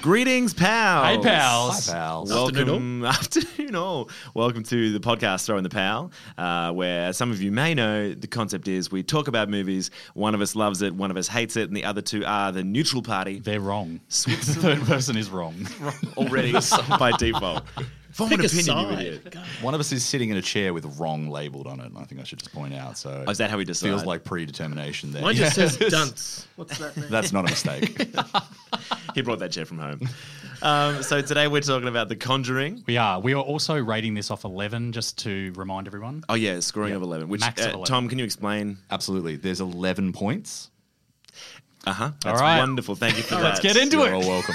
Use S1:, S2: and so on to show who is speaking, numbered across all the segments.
S1: Greetings, pals.
S2: Hey, pals.
S1: Hi, pals.
S2: Afternoon
S1: Welcome, afternoon all. Welcome to the podcast Throwing the Pal, uh, where as some of you may know the concept is we talk about movies. One of us loves it, one of us hates it, and the other two are the neutral party
S2: They're wrong. the third person is wrong.
S1: already by default. Form
S3: Pick
S1: an
S3: a
S1: opinion, you
S3: side.
S1: idiot.
S4: One of us is sitting in a chair with wrong labeled on it, and I think I should just point out. So
S1: Oh, is that how we decide?
S4: feels like predetermination there.
S3: Mine just says dunce.
S4: That's not a mistake.
S1: he brought that chair from home. Um, so today we're talking about The Conjuring.
S2: we are. We are also rating this off 11 just to remind everyone.
S1: Oh yeah, scoring of eleven. Which
S2: Max of
S1: uh,
S2: 11.
S1: Tom, can you explain?
S4: Absolutely. There's 11 points.
S1: Uh huh. That's
S2: right.
S1: wonderful. Thank you for that.
S2: Let's get into
S4: You're
S2: it.
S4: all welcome.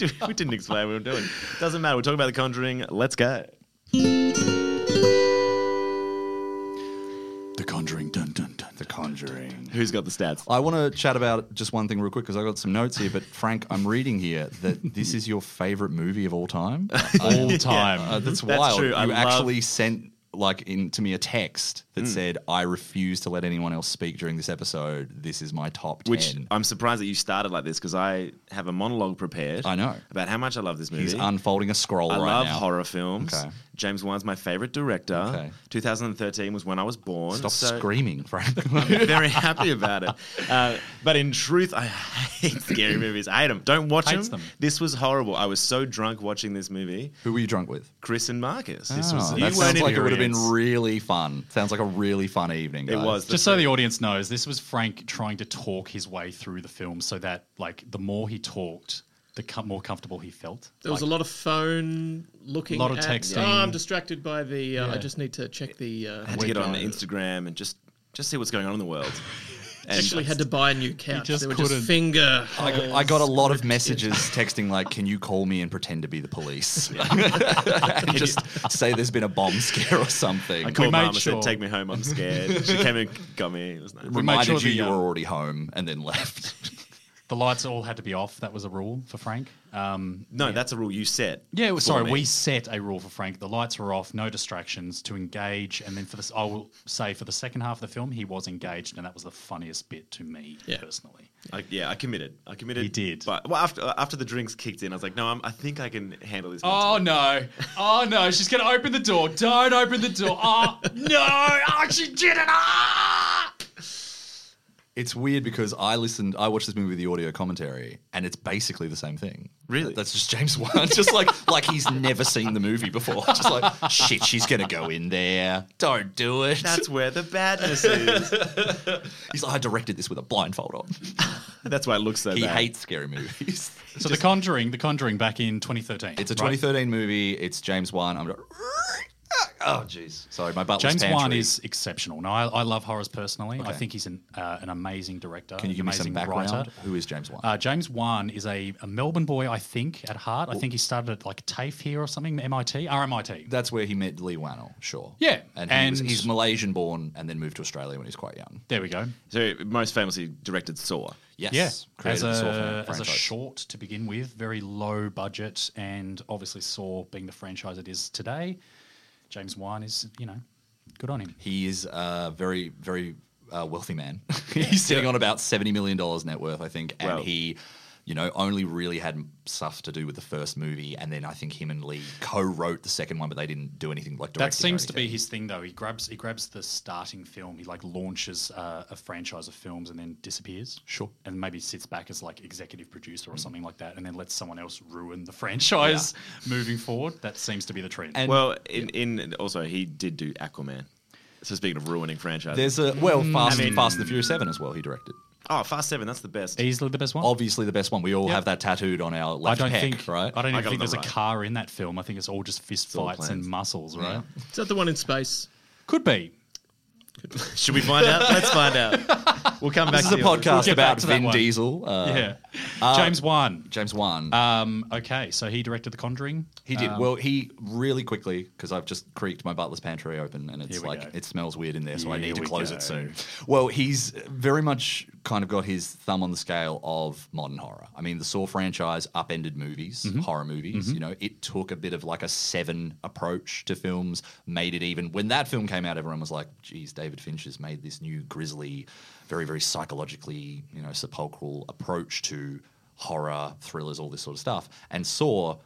S1: we didn't explain what we were doing. Doesn't matter. We're talking about The Conjuring. Let's go.
S4: the Conjuring. Dun, dun, dun, the Conjuring.
S1: Who's got the stats?
S4: I want to chat about just one thing real quick because I got some notes here. But Frank, I'm reading here that this is your favorite movie of all time.
S2: All time.
S4: Uh, that's
S1: That's
S4: wild.
S1: true.
S4: You
S1: I love- Hmm.
S4: actually sent like in to me a text that said, "I refuse to let anyone else speak during this episode. This is my top ten.
S1: Which I'm surprised that you started like this because I have a monologue prepared.
S4: I know.
S1: about how much I love this movie.
S4: He's unfolding a scroll
S1: I
S4: right
S1: love
S4: now.
S1: horror films.
S4: Okay.
S1: James Wan's my favorite director.
S4: Okay.
S1: 2013 was when I was born.
S4: Stop
S1: so
S4: screaming, Frank.
S1: I'm very happy about it. Uh, but in truth, I hate scary movies. I hate them. Don't watch
S2: Hates
S1: them.
S2: them.
S1: This was horrible. I was so drunk watching this movie.
S4: Who were you drunk with?
S1: Chris and Marcus.
S4: Oh,
S1: This was
S4: that
S1: you
S4: sounds
S1: weren't
S4: like it would have
S1: in-
S4: been really fun. Sounds like a really fun evening.
S1: It
S4: guys.
S1: was
S2: just so the audience knows, this was Frank trying to talk his way through the film so that, like, the more he talked, the com- more comfortable he felt.
S3: There was a lot of phone looking.
S2: Lot of
S3: at-
S2: texting.
S3: Oh, I'm distracted by the. Uh,
S2: Yeah.
S3: I just need to check the. Uh,
S1: I had to get on Instagram and just just see what's going on in the world. And
S3: Actually, had to buy a new couch.
S2: just
S3: There were
S2: couldn't.
S3: just finger.
S4: I got, I got a lot of messages texting like, "Can you call me and pretend to be the police? and just say there's been a bomb scare or something."
S1: I called
S2: made
S1: mum and
S2: sure-
S1: said, "Take me home. I'm scared." she came and got me. It was nice.
S2: made
S4: Reminded
S2: sure
S4: you you
S2: the, uh,
S4: were already home and then left.
S2: The lights all had to be off. That was a rule for Frank. Um,
S1: No, that's a rule you set.
S2: yeah,
S1: for
S2: sorry,
S1: me.
S2: we set a rule for Frank. The lights were off, no distractions, to engage. And then for this, I will say for the second half of the film, he was engaged, and that was the funniest bit to me
S3: Yeah.
S2: personally.
S1: I, yeah, I committed. I committed.
S2: You did.
S1: But well, after after the drinks kicked in, I was like, "No, I'm, I think I can handle this." once
S2: Oh no! Oh no! She's gonna open the door. Don't open the door. Oh no! Oh, she did it! Ah!
S4: It's weird because I listened, I watched this movie with the audio commentary, and it's basically the same thing.
S1: Really?
S4: That's just James Wan, just like like he's never seen the movie before. Just like shit, she's gonna go in there. Don't do it.
S1: That's where the badness is.
S4: he's like, I directed this with a blindfold on.
S1: that's why it looks so
S4: He
S1: bad.
S4: hates scary movies.
S2: So the Conjuring, the Conjuring, back in 2013.
S4: It's a
S2: right?
S4: 2013 movie. It's James Wan. I'm. Oh jeez, sorry, my butler's
S2: James Wan
S4: pantry.
S2: is exceptional. Now I, I love horrors personally. I
S4: Okay.
S2: think he's an uh, an amazing director.
S4: Can you give me some
S2: amazing
S4: background?
S2: Writer.
S4: Who is James Wan?
S2: Uh, James Wan is a, a Melbourne boy, I think, at heart. I think he started at like TAFE here or something, MIT, RMIT.
S4: That's where he met Lee Wannell. Sure.
S2: Yeah,
S4: and, he was,
S2: and-
S4: he's Malaysian born and then moved to Australia when he was quite young.
S2: there we go.
S1: So most famously directed Saw.
S4: Yes.
S2: yeah. as
S4: created the Saw
S2: a, as a
S4: franchise.
S2: short to begin with, very low budget, and obviously Saw being the franchise it is today, James Wan is you know good on him.
S4: He is a very, very uh, wealthy man. He's sitting on about $70 million net worth, I think. And
S1: Wow.
S4: he, you know, only really had stuff to do with the first movie. And then I think him and Lee co wrote the second one, but they didn't do anything like
S2: That
S4: directed or
S2: seems to be
S4: anything.
S2: his thing though. He grabs he grabs the starting film. He like launches uh, a franchise of films and then disappears.
S4: Sure.
S2: And maybe sits back as like executive producer or something like that, and then lets someone else ruin the franchise moving forward. That seems to be the trend.
S4: And-
S1: Well, in, in also he did do Aquaman. So speaking of ruining franchises,
S4: There's a, well, Fast, Fast and the Furious 7 as well, he directed.
S1: oh Fast Seven. That's the best.
S2: Easily the best one.
S4: Obviously, the best one. We all have that tattooed on our
S2: I
S4: left
S2: don't
S4: pec,
S2: think
S4: right?
S2: I don't
S1: I got
S2: even think
S1: them
S2: there's
S1: right.
S2: a car in that film. I think it's all just fist
S1: all
S2: fights and
S1: plans.
S2: muscles, right?
S3: Is that the one in space?
S2: Could be.
S1: Should we find out? Let's find out. We'll come
S4: This
S1: back.
S4: is
S1: to
S4: a
S1: the others.
S4: podcast
S2: get back
S4: about
S2: to that
S4: Vin
S2: one.
S4: Diesel. Uh,
S2: yeah. James Wan.
S4: James Wan.
S2: Um, okay, so he directed The Conjuring.
S4: He did.
S2: Um,
S4: well, he really quickly, because I've just creaked my butler's pantry open and it's
S2: Here we
S4: like,
S2: go.
S4: it smells weird in there, so I
S2: Here
S4: need to
S2: we
S4: close
S2: go.
S4: it soon. Well, he's very much kind of got his thumb on the scale of modern horror. I mean, the Saw franchise upended movies,
S2: Mm-hmm.
S4: horror movies. You know, it took a bit of like a seven approach to films, made it even. When that film came out, everyone was like, geez, David Finch has made this new grisly, very, very psychologically, you know, sepulchral approach to horror, thrillers, all this sort of stuff. And Saw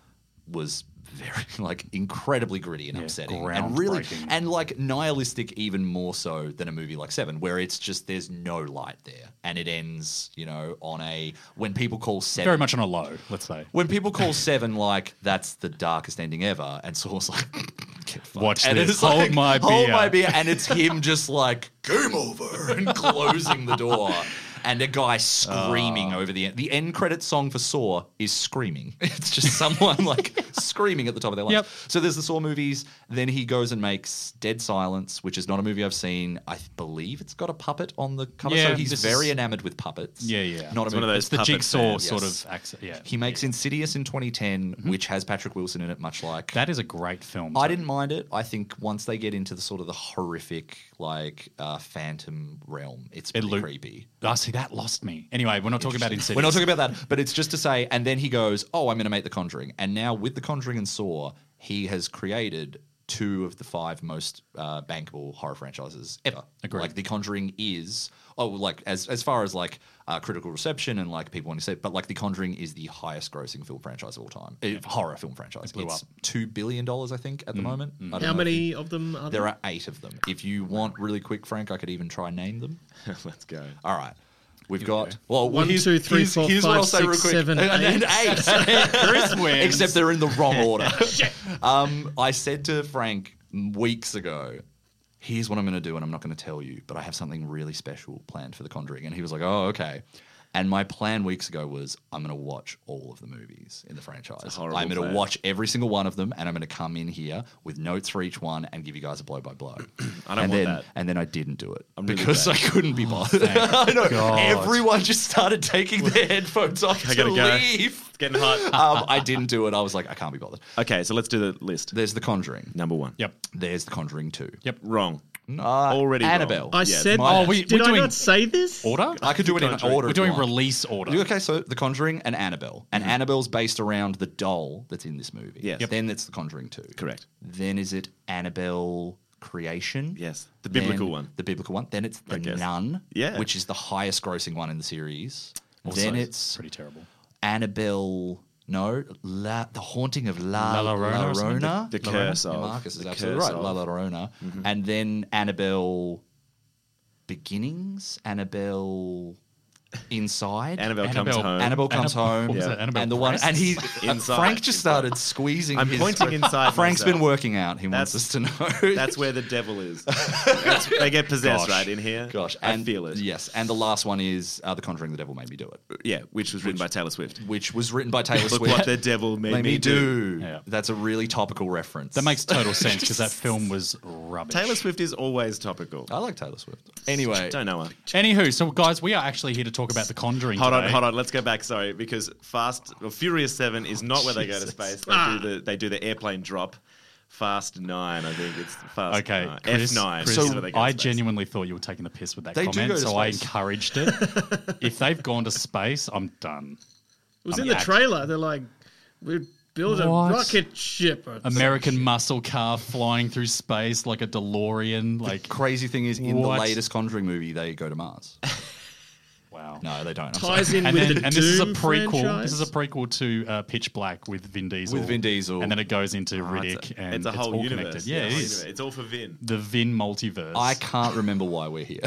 S4: was very like incredibly gritty and upsetting and really
S2: groundbreaking.
S4: and like nihilistic even more so than a movie like Seven where it's just there's no light there and it ends you know on a when people call Seven
S2: Very much on a low, let's say.
S4: when people call Seven like that's the darkest ending ever, and Saw's like, Get fucked.
S2: Watch
S4: and
S2: this.
S4: it's
S2: Hold
S4: like,
S2: my
S4: hold
S2: beer."
S4: my beer, and it's him just like game over and closing the door, and a guy screaming
S2: Oh.
S4: over the end. The end credit song for Saw is screaming. It's just someone like screaming at the top of their lungs.
S2: Yep.
S4: So there's the Saw movies. Then he goes and makes Dead Silence, which is not a movie I've seen. I believe it's got a puppet on the cover. so
S2: Yeah,
S4: he's
S2: this
S4: very
S2: is-
S4: enamored with puppets.
S2: Yeah, yeah.
S4: Not a
S1: It's one of
S4: movie-
S1: those
S2: It's the
S1: puppet
S2: jigsaw
S1: fans.
S2: sort
S4: Yes.
S2: of accent. Yeah. Mm-hmm.
S4: he makes Insidious in 2010, which has Patrick Wilson in it, much like.
S2: that is a great film.
S4: I
S2: so-
S4: didn't mind it. I think once they get into the sort of the horrific, like, uh, phantom realm, it's
S2: It
S4: pretty
S2: loo-
S4: creepy.
S2: Ah, see, that lost me. Anyway, we're not talking about Insidious.
S4: We're not talking about that, but it's just to say, and then he goes, Oh, I'm going to make The Conjuring. And now with The Conjuring and Saw, he has created two of the five most uh, bankable horror franchises ever.
S2: Agreed.
S4: Like, The Conjuring is, oh, like, as, as far as like uh, critical reception and like people want to say, but like, The Conjuring is the highest grossing film franchise of all time, Uh, horror film franchise.
S2: blew
S4: it's
S2: up. Mm.
S4: $2 billion, I think, at the moment. I don't know
S3: Mm. How
S4: if you-
S3: many of them are there?
S4: There are eight of them. If you want really quick, Frank, I could even try and name them.
S1: Let's go.
S4: All right. We've got well
S3: One, two, three, four, five, six, seven,
S4: and eight.
S2: Chris wins.
S4: Except they're in the wrong order. um, I said to Frank weeks ago, "Here's what I'm going to do, and I'm not going to tell you, but I have something really special planned for The Conjuring." And he was like, "Oh, okay." And my plan weeks ago was I'm going to watch all of the movies in the franchise.
S1: horrible
S4: I'm going
S1: plan.
S4: to watch every single one of them, and I'm going to come in here with notes for each one and give you guys a blow by blow.
S1: I don't
S4: and
S1: want
S4: then,
S1: that.
S4: And then I didn't do it
S1: I'm really Oh,
S4: because I couldn't be bothered. I know
S2: God.
S4: everyone just started taking their headphones off
S1: I
S4: to
S1: gotta go.
S4: leave.
S1: It's getting hot.
S4: Um, I didn't do it. I was like, I can't be bothered.
S1: okay, so let's do the list.
S4: There's The Conjuring.
S1: Number one.
S2: Yep.
S4: There's The Conjuring 2.
S2: Yep.
S1: Wrong.
S4: No,
S1: Already wrong.
S4: Annabelle.
S3: I
S1: Yeah,
S3: said.
S4: my-
S2: Oh, we,
S3: did
S2: we're
S3: I
S2: doing
S3: not say this?
S2: order?
S4: I could do it in
S1: Conjuring.
S4: order.
S2: We're
S4: if
S2: doing
S4: you want.
S2: release order.
S4: Okay, so The Conjuring and Annabelle. And Annabelle's based around the doll that's in this movie.
S1: Mm-hmm. Yes. Yep.
S4: Then it's The Conjuring 2.
S1: Correct.
S4: Then is it Annabelle creation?
S1: Yes, the
S4: Then
S1: biblical one.
S4: The biblical one. Then it's The
S1: guess.
S4: Nun,
S1: Yeah.
S4: which is the highest grossing one in the series.
S2: Also,
S4: then it's
S2: pretty terrible.
S4: Annabelle. No, La, the haunting of La,
S2: La
S4: La
S2: Llorona
S4: Llorona.
S2: or something?
S1: The
S4: La
S1: curse
S4: Llorona.
S1: of-
S4: Marcus is
S1: the
S4: absolutely
S1: curse
S4: right. La
S1: of. Mm-hmm.
S4: Llorona, and then Annabelle beginnings. Annabelle inside.
S1: Annabelle, comes
S2: Annabelle-
S1: home.
S4: Annabelle comes
S2: Annabelle-
S4: home,
S2: what was it? Annabelle
S4: and the one, and he,
S1: Inside.
S4: Frank just started squeezing.
S1: I'm
S4: his-
S1: pointing inside
S4: Frank's
S1: myself.
S4: been working out. He wants us
S1: That's-
S4: to know.
S1: That's where the devil is. That's- they get possessed right
S2: Gosh.
S1: in here.
S4: Gosh,
S1: I
S4: and
S1: feel it.
S4: Yes, and the last one is uh, The Conjuring. The Devil Made Me Do It,
S1: Yeah, which was written by Taylor Swift.
S4: which was written by Taylor
S1: Look
S4: Swift.
S1: what the devil made,
S4: Made me do.
S2: Yeah.
S4: That's a really topical reference.
S2: That makes total sense because that film was rubbish.
S1: Taylor Swift is always topical.
S4: I like Taylor Swift. Anyway,
S1: Don't know her.
S2: Anywho, so guys, we are actually here to talk about The Conjuring.
S1: Hold on,
S2: today.
S1: hold on. Let's go back. Sorry, because Fast or Furious Seven is not where they go to
S2: Jesus. Ah.
S1: space. They do the they do the airplane drop. Fast Nine, I think it's Fast.
S2: Okay,
S1: nine.
S2: Chris,
S1: F Nine.
S2: Chris,
S1: is where they go to
S2: I
S1: space.
S2: genuinely thought you were taking the piss with that
S4: They do
S2: comment,
S4: go to
S2: so I
S4: space.
S2: encouraged it. if they've gone to space, I'm done.
S3: It was
S2: I'm
S3: in the
S2: act-
S3: trailer. They're like, we build a
S2: What?
S3: rocket ship. or something."
S2: American muscle car flying through space like a DeLorean. Like,
S4: crazy thing is, in
S2: What?
S4: the latest Conjuring movie, they go to Mars.
S2: wow.
S4: No, they don't. I'm sorry.
S3: ties in
S2: And
S3: with
S2: then,
S3: the
S2: and this is a
S3: Doom
S2: prequel.
S3: franchise.
S2: This is a prequel to uh, Pitch Black with Vin Diesel.
S4: Vin Diesel.
S2: and then it goes into Riddick,
S1: It's a,
S2: and
S1: it's a whole
S2: all
S1: universe.
S2: connected. Yeah,
S1: a whole
S2: it is.
S1: universe. It's all for Vin.
S2: the Vin multiverse.
S4: I can't remember why we're here.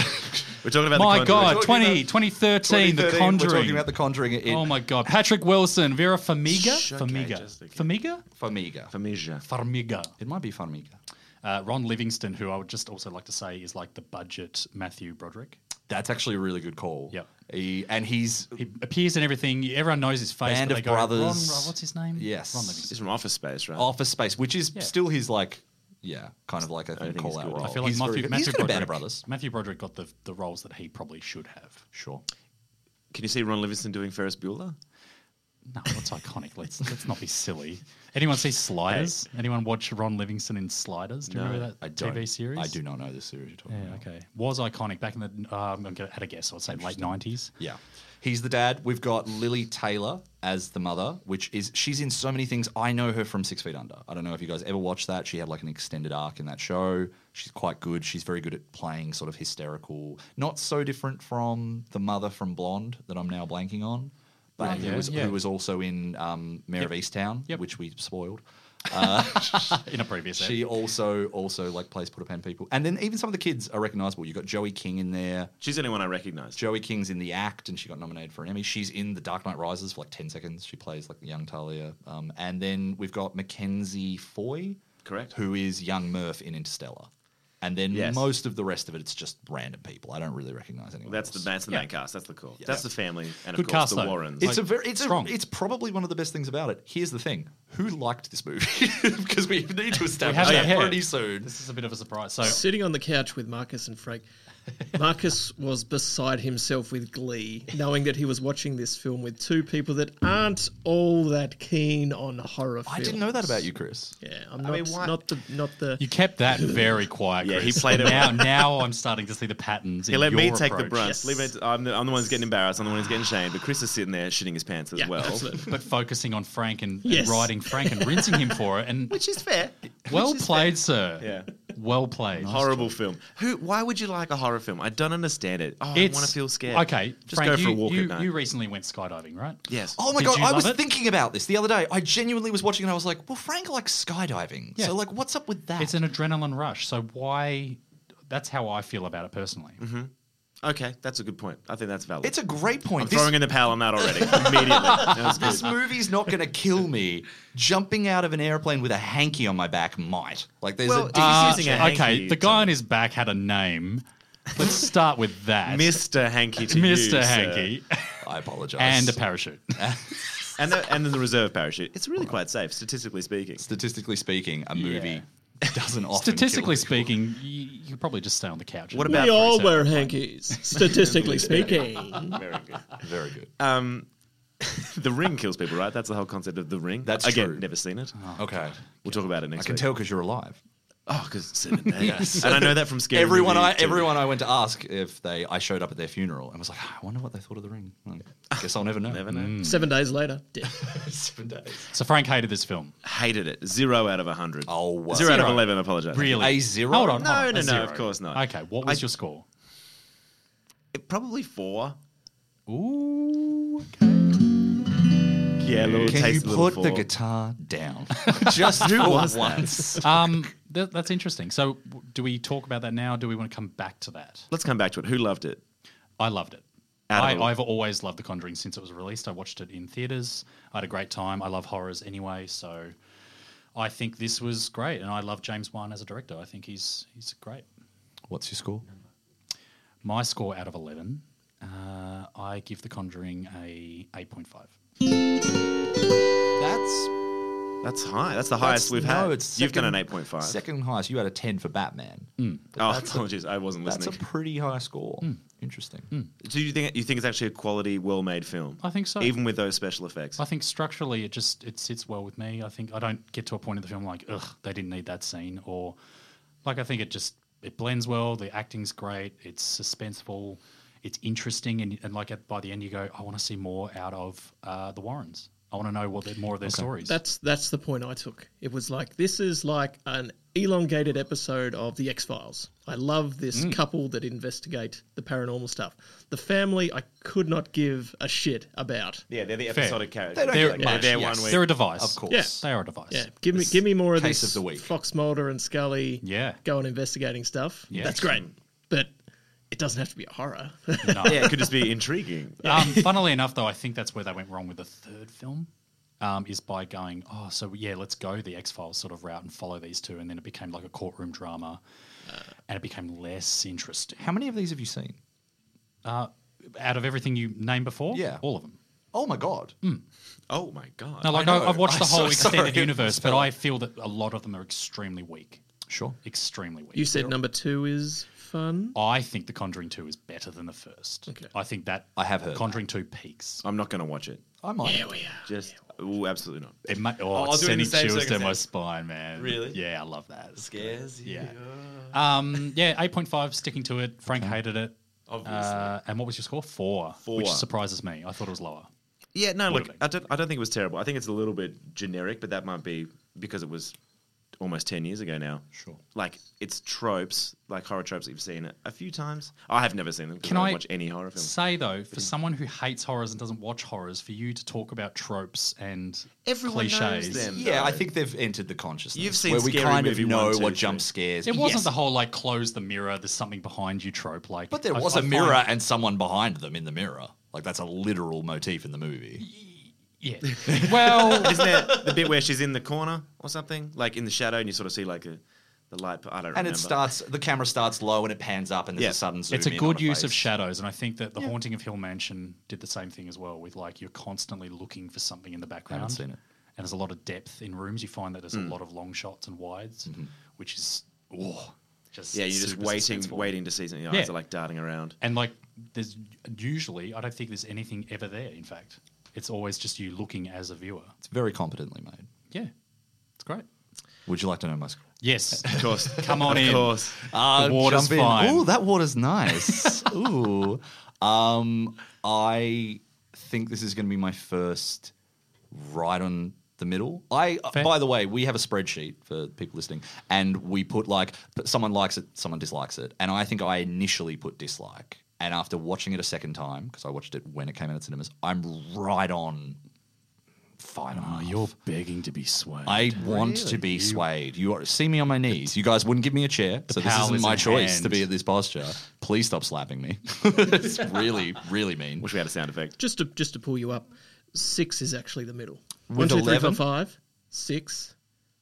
S1: We're talking about
S2: My
S1: the
S2: God,
S1: Conjuring.
S2: 20, 2013, The
S4: 2013,
S2: Conjuring.
S4: We're talking about the Conjuring. In
S2: oh my God, Patrick Wilson, Vera Farmiga,
S1: Shh, okay, just
S2: Farmiga,
S1: okay.
S2: Farmiga,
S4: Farmiga.
S1: Famisia.
S2: Farmiga.
S4: It might be Farmiga.
S2: Uh, Ron Livingston, who I would just also like to say is like the budget Matthew Broderick.
S4: That's actually a really good call.
S2: Yep.
S4: He, and he's
S2: He appears in everything. Everyone knows his face.
S4: Band
S2: but
S4: of
S2: they go, Ron-
S4: Brothers.
S2: Ron, what's his name?
S4: Yes.
S2: Ron Livingston.
S1: It's from Office Space, right?
S4: Office Space, which is
S2: Yeah.
S4: still his like, yeah, kind of like I
S1: think
S4: think
S1: he's
S4: call out
S1: good.
S4: role.
S2: I feel like
S4: he's
S2: Matthew,
S4: very,
S2: Matthew
S4: he's good in
S2: Broderick.
S4: Band of Brothers.
S2: Matthew Broderick got the, the roles that he probably should have.
S4: Sure.
S1: Can you see Ron Livingston doing Ferris Bueller?
S2: No, it's iconic. Let's let's not be silly. Anyone see Sliders? Anyone watch Ron Livingston in Sliders? Do you
S1: No,
S2: remember that
S4: I don't.
S2: TV series?
S4: I do not know this series you're talking
S2: Yeah,
S4: about.
S2: okay. Was iconic back in the. Uh, I'm going to add a guess. I'd say late nineties.
S4: Yeah. He's the dad. We've got Lily Taylor as the mother, which is she's in so many things. I know her from Six Feet Under. I don't know if you guys ever watched that. She had like an extended arc in that show. She's quite good. She's very good at playing sort of hysterical, not so different from the mother from Blonde that I'm now blanking on. but
S2: yeah,
S4: who, was,
S2: yeah.
S4: who was also in um, Mayor of Easttown,
S2: Yep.
S4: which we spoiled.
S2: in a previous
S4: She
S2: she,
S4: also also like plays Put a Pen people, and then even some of the kids are recognizable. You got Joey King in there.
S1: She's the only one I recognise.
S4: Joey King's in The Act, and she got nominated for an Emmy. She's in The Dark Knight Rises for like ten seconds. She plays like the young Talia, um, and then we've got Mackenzie Foy,
S1: Correct.
S4: who is young Murph in Interstellar, and then
S1: Yes.
S4: most of the rest of it, it's just random people. I don't really recognize anyone.
S1: That's the
S4: else.
S1: that's the
S2: Yeah.
S1: main cast. That's the core. That's the family, and of
S2: Good
S1: course
S2: cast,
S1: the
S2: though.
S1: Warrens.
S4: It's
S2: Like,
S4: a very it's
S2: strong.
S4: A, it's probably one of the best things about it. Here's the thing: who liked this movie? Because we need to establish
S2: that
S4: that
S2: here.
S4: pretty soon.
S2: This is a bit of a surprise. So
S3: Sitting on the couch with Marcus and Frank, Marcus was beside himself with glee, knowing that he was watching this film with two people that aren't all that keen on horror films.
S4: I didn't know that about you, Chris.
S3: Yeah, I'm not,
S1: mean, why-
S3: not the not the.
S2: you kept that very quiet.
S1: Yeah, he
S2: Chris.
S1: played it
S2: Now, now I'm starting to see the patterns.
S1: Hey,
S2: in
S1: let me
S2: your
S1: take the
S2: approach.
S1: brunt.
S3: Yes.
S1: Leave it. I'm the, I'm the one who's getting embarrassed. I'm the one who's getting shamed. But Chris is sitting there shitting his pants as
S3: Yeah,
S1: well.
S3: that's it.
S2: but focusing on Frank and, and
S3: Yes.
S2: riding Frank and rinsing him for it. And
S1: Which is fair.
S2: well
S1: Which is
S2: played, sir.
S1: fair. Yeah.
S2: Well played.
S1: Horrible film. Who? Why would you like a horror film? I don't understand it. Oh, I
S2: It's-
S1: want to feel scared.
S2: Okay,
S1: just
S2: Frank,
S1: go for
S2: you,
S1: a walk
S2: you,
S1: at night.
S2: you recently went skydiving, right?
S1: yes.
S4: Oh my
S2: Did
S4: god,
S2: you
S4: I
S2: love
S4: was
S2: it?
S4: thinking about this the other day. I genuinely was watching and I was like, well, Frank likes skydiving.
S2: Yeah.
S4: So like what's up with that?
S2: It's an adrenaline rush. So why? That's how I feel about it personally.
S1: Mm-hmm. Okay, that's a good point. I think that's valid.
S4: It's a great point.
S1: I'm
S4: this,
S1: throwing in the pal on that already immediately. That was good.
S4: this movie's not going to kill me. Jumping out of an airplane with a hanky on my back might. Like there's
S1: Well,
S4: a
S1: uh,
S4: decent
S1: using a
S2: Ah, okay,
S1: hanky
S2: the guy on his back had a name. Let's start with that,
S1: Mr. Hanky to you,
S2: Mr.
S1: sir.
S2: Hanky,
S4: I apologize.
S2: and a parachute.
S1: and the, and the reserve parachute. It's really quite safe, statistically speaking.
S4: statistically speaking, a movie doesn't often
S2: Statistically
S4: kill people.
S2: speaking, you, you could probably just stay on the couch.
S1: What
S2: and-
S1: about
S3: we all
S1: Fraser?
S3: wear hankies, statistically speaking.
S1: Very good.
S4: very good.
S2: Uh,
S1: The ring kills people, right? That's the whole concept of the ring.
S4: That's
S1: again
S4: true.
S1: never seen it.
S4: okay.
S1: We'll talk about it
S4: I
S1: next.
S4: can
S1: week.
S4: tell because you're alive.
S1: Oh, because seven days.
S4: Yes.
S1: And I know that from scary.
S4: everyone
S1: Movie
S4: I
S1: too.
S4: everyone I went to ask if they I showed up at their funeral and was like, I wonder what they thought of the ring. Like, guess I'll never know.
S1: Never know.
S3: Seven days later, dead.
S4: Seven days.
S2: So Frank hated this film.
S1: Hated it. Zero out of a hundred.
S4: Oh, wow.
S1: Zero out of
S2: Zero.
S1: eleven. Apologize.
S2: Really?
S4: A zero?
S2: Hold on.
S1: No,
S2: hold on.
S1: no,
S2: A
S1: no,
S2: zero.
S1: of course not.
S2: Okay, what was
S1: I-
S2: your score?
S1: Probably four.
S2: Ooh.
S1: Yeah, a little
S4: Can
S1: taste.
S4: you
S1: a little
S4: put the
S1: four.
S4: guitar down? Just
S1: Who
S4: for
S1: was that?
S4: once.
S2: Um, th- that's interesting. So, w- do we talk about that now? Do we want to come back to that?
S1: Let's come back to it. Who loved it?
S2: I loved it.
S1: Out of
S2: I,
S1: all-
S2: I've always loved The Conjuring since it was released. I watched it in theaters. I had a great time. I love horrors anyway, so I think this was great. And I love James Wan as a director. I think he's he's great.
S4: What's your score?
S2: My score out of eleven, uh, I give The Conjuring a eight point five.
S4: That's
S1: That's high. That's the highest
S4: that's-
S1: we've
S4: no,
S1: had.
S4: it's
S1: You've done an
S4: second-
S1: eight point five.
S4: Second highest. You had a ten for Batman.
S2: Mm.
S1: Oh, apologies. I wasn't
S4: That's
S1: listening.
S4: a pretty high score. Interesting.
S2: Mm.
S1: Do you think you think it's actually a quality, well made film?
S2: I think so.
S1: Even with those special effects.
S2: I think structurally it just it sits well with me. I think I don't get to a point in the film like ugh they didn't need that scene or like I think it just it blends well. The acting's great. It's suspenseful. It's interesting and, and like at, by the end you go I want to see more out of uh, the Warrens. I want to know what their- more of their stories.
S3: That's that's the point I took. It was like this is like an elongated episode of the X Files. I love this couple that investigate the paranormal stuff. The family I could not give a shit about.
S1: yeah, they're the
S2: Fair.
S1: episodic characters.
S4: They don't
S2: They're-
S4: get
S2: yeah,
S4: much.
S1: they're
S4: yes.
S1: one way-
S2: They're a device.
S4: Of course.
S3: Yeah.
S2: They are a device.
S3: Yeah, give me give me more of
S4: Case
S3: this
S4: of the week.
S3: Fox Mulder and Scully.
S2: Yeah.
S3: going investigating stuff.
S2: Yeah.
S3: that's great, but it doesn't have to be a horror.
S2: No.
S1: Yeah, it could just be intriguing.
S2: um, funnily enough, though, I think that's where they went wrong with the third film. Um, is by going, oh, so yeah, let's go the X Files sort of route and follow these two, and then it became like a courtroom drama, and it became less interesting.
S4: How many of these have you seen?
S2: Out of everything you named before,
S4: Yeah.
S2: all of them.
S4: Oh my god.
S2: Mm.
S1: Oh my god.
S2: No, like
S4: I
S2: I
S4: know.
S2: I've watched the
S4: I'm
S2: whole
S4: so
S2: extended
S4: sorry.
S2: universe, but I feel that a lot of them are extremely weak,
S4: Sure.
S2: extremely weak.
S3: you said number two is fun.
S2: I think The Conjuring Two is better than the first.
S3: Okay.
S2: I think that
S4: I have heard
S2: Conjuring Two peaks.
S1: I'm not going to watch it.
S4: I might.
S3: Here we are.
S1: Just ooh, absolutely not.
S2: It ma- oh,
S1: I'll
S2: it's
S1: do it in the
S2: sending
S1: same
S2: chills down my
S1: circumstance.
S2: spine, man.
S1: Really?
S2: Yeah, I love that.
S1: Scares you.
S2: Yeah. Um, yeah, 8.5, sticking to it. Frank hated it.
S1: Obviously.
S2: Uh, and what was your score? Four. Which
S1: Four.
S2: surprises me. I thought it was lower.
S1: Yeah, no,
S2: Would've
S1: look,
S2: been.
S1: I don't, I don't think it was terrible. I think it's a little bit generic, but that might be because it was almost 10 years ago now.
S4: Sure.
S1: Like, it's tropes, like horror tropes that you've seen a few times. I have never seen them. 'cause
S2: Can
S1: I don't
S2: I-
S1: watch any horror films?
S2: Say though, for someone who hates horrors and doesn't watch horrors, for you to talk about tropes and
S1: Everyone knows
S2: cliches,
S1: them.
S4: Yeah,
S1: No.
S4: I think they've entered the consciousness.
S1: You've seen
S4: where we
S1: Scary
S4: kind
S1: Movie
S4: of know
S1: one, two,
S4: what
S1: three.
S4: jump scares.
S2: It wasn't
S4: Yes.
S2: the whole like close the mirror, there's something behind you trope. Like,
S4: But there
S2: I-
S4: was
S2: I
S4: a
S2: find-
S4: mirror and someone behind them in the mirror. Like that's a literal motif in the movie.
S2: yeah. Well,
S1: Isn't there the bit where she's in the corner or something? Like in the shadow, and you sort of see like a, the light. I
S4: And
S1: don't remember.
S4: it starts. The camera starts low and it pans up and there's
S1: Yeah.
S4: a sudden zoom.
S2: it's a
S4: in
S2: good
S4: on
S2: use of
S4: face.
S2: shadows, and I think that the Haunting of Hill Mansion did the same thing as well. With like you're constantly looking for something in the background.
S4: seen it.
S2: And there's a lot of depth in rooms. You find that there's a lot of long shots and wides, which is oh, just
S1: Yeah, you're just
S2: super
S1: waiting,
S2: suspenseful.
S1: waiting to see something. Your eyes
S2: Yeah.
S1: are like darting around.
S2: And like, there's usually I don't think there's anything ever there. In fact, it's always just you looking as a viewer.
S4: It's very competently made.
S2: Yeah, it's great.
S4: Would you like to know my score?
S2: Yes,
S1: Of course.
S2: Come on
S1: of
S2: in.
S1: course.
S4: Uh,
S2: The water's
S4: jump in.
S2: fine.
S4: Ooh, that water's nice. Ooh. Um, I think this is going to be my first right on the middle. I, uh,
S2: Fair.
S4: by the way, we have a spreadsheet for people listening, and we put like but someone likes it, someone dislikes it, and I think I initially put dislike, and after watching it a second time because I watched it when it came out at cinemas, I'm right on
S2: Ah,
S4: Ah, five and a half.
S2: Oh, begging to be swayed.
S4: I want to be swayed. You are, see me on my knees. You guys wouldn't give me a chair, so this
S2: pal
S4: isn't
S2: is
S4: my
S2: in
S4: choice
S2: hand.
S4: to be at this posture. Please stop slapping me. it's really, really mean.
S1: Wish we had a sound effect.
S3: Just to just to pull you up, six is actually the middle. One,
S4: With
S3: two, three, four,
S4: 11?
S3: five, six,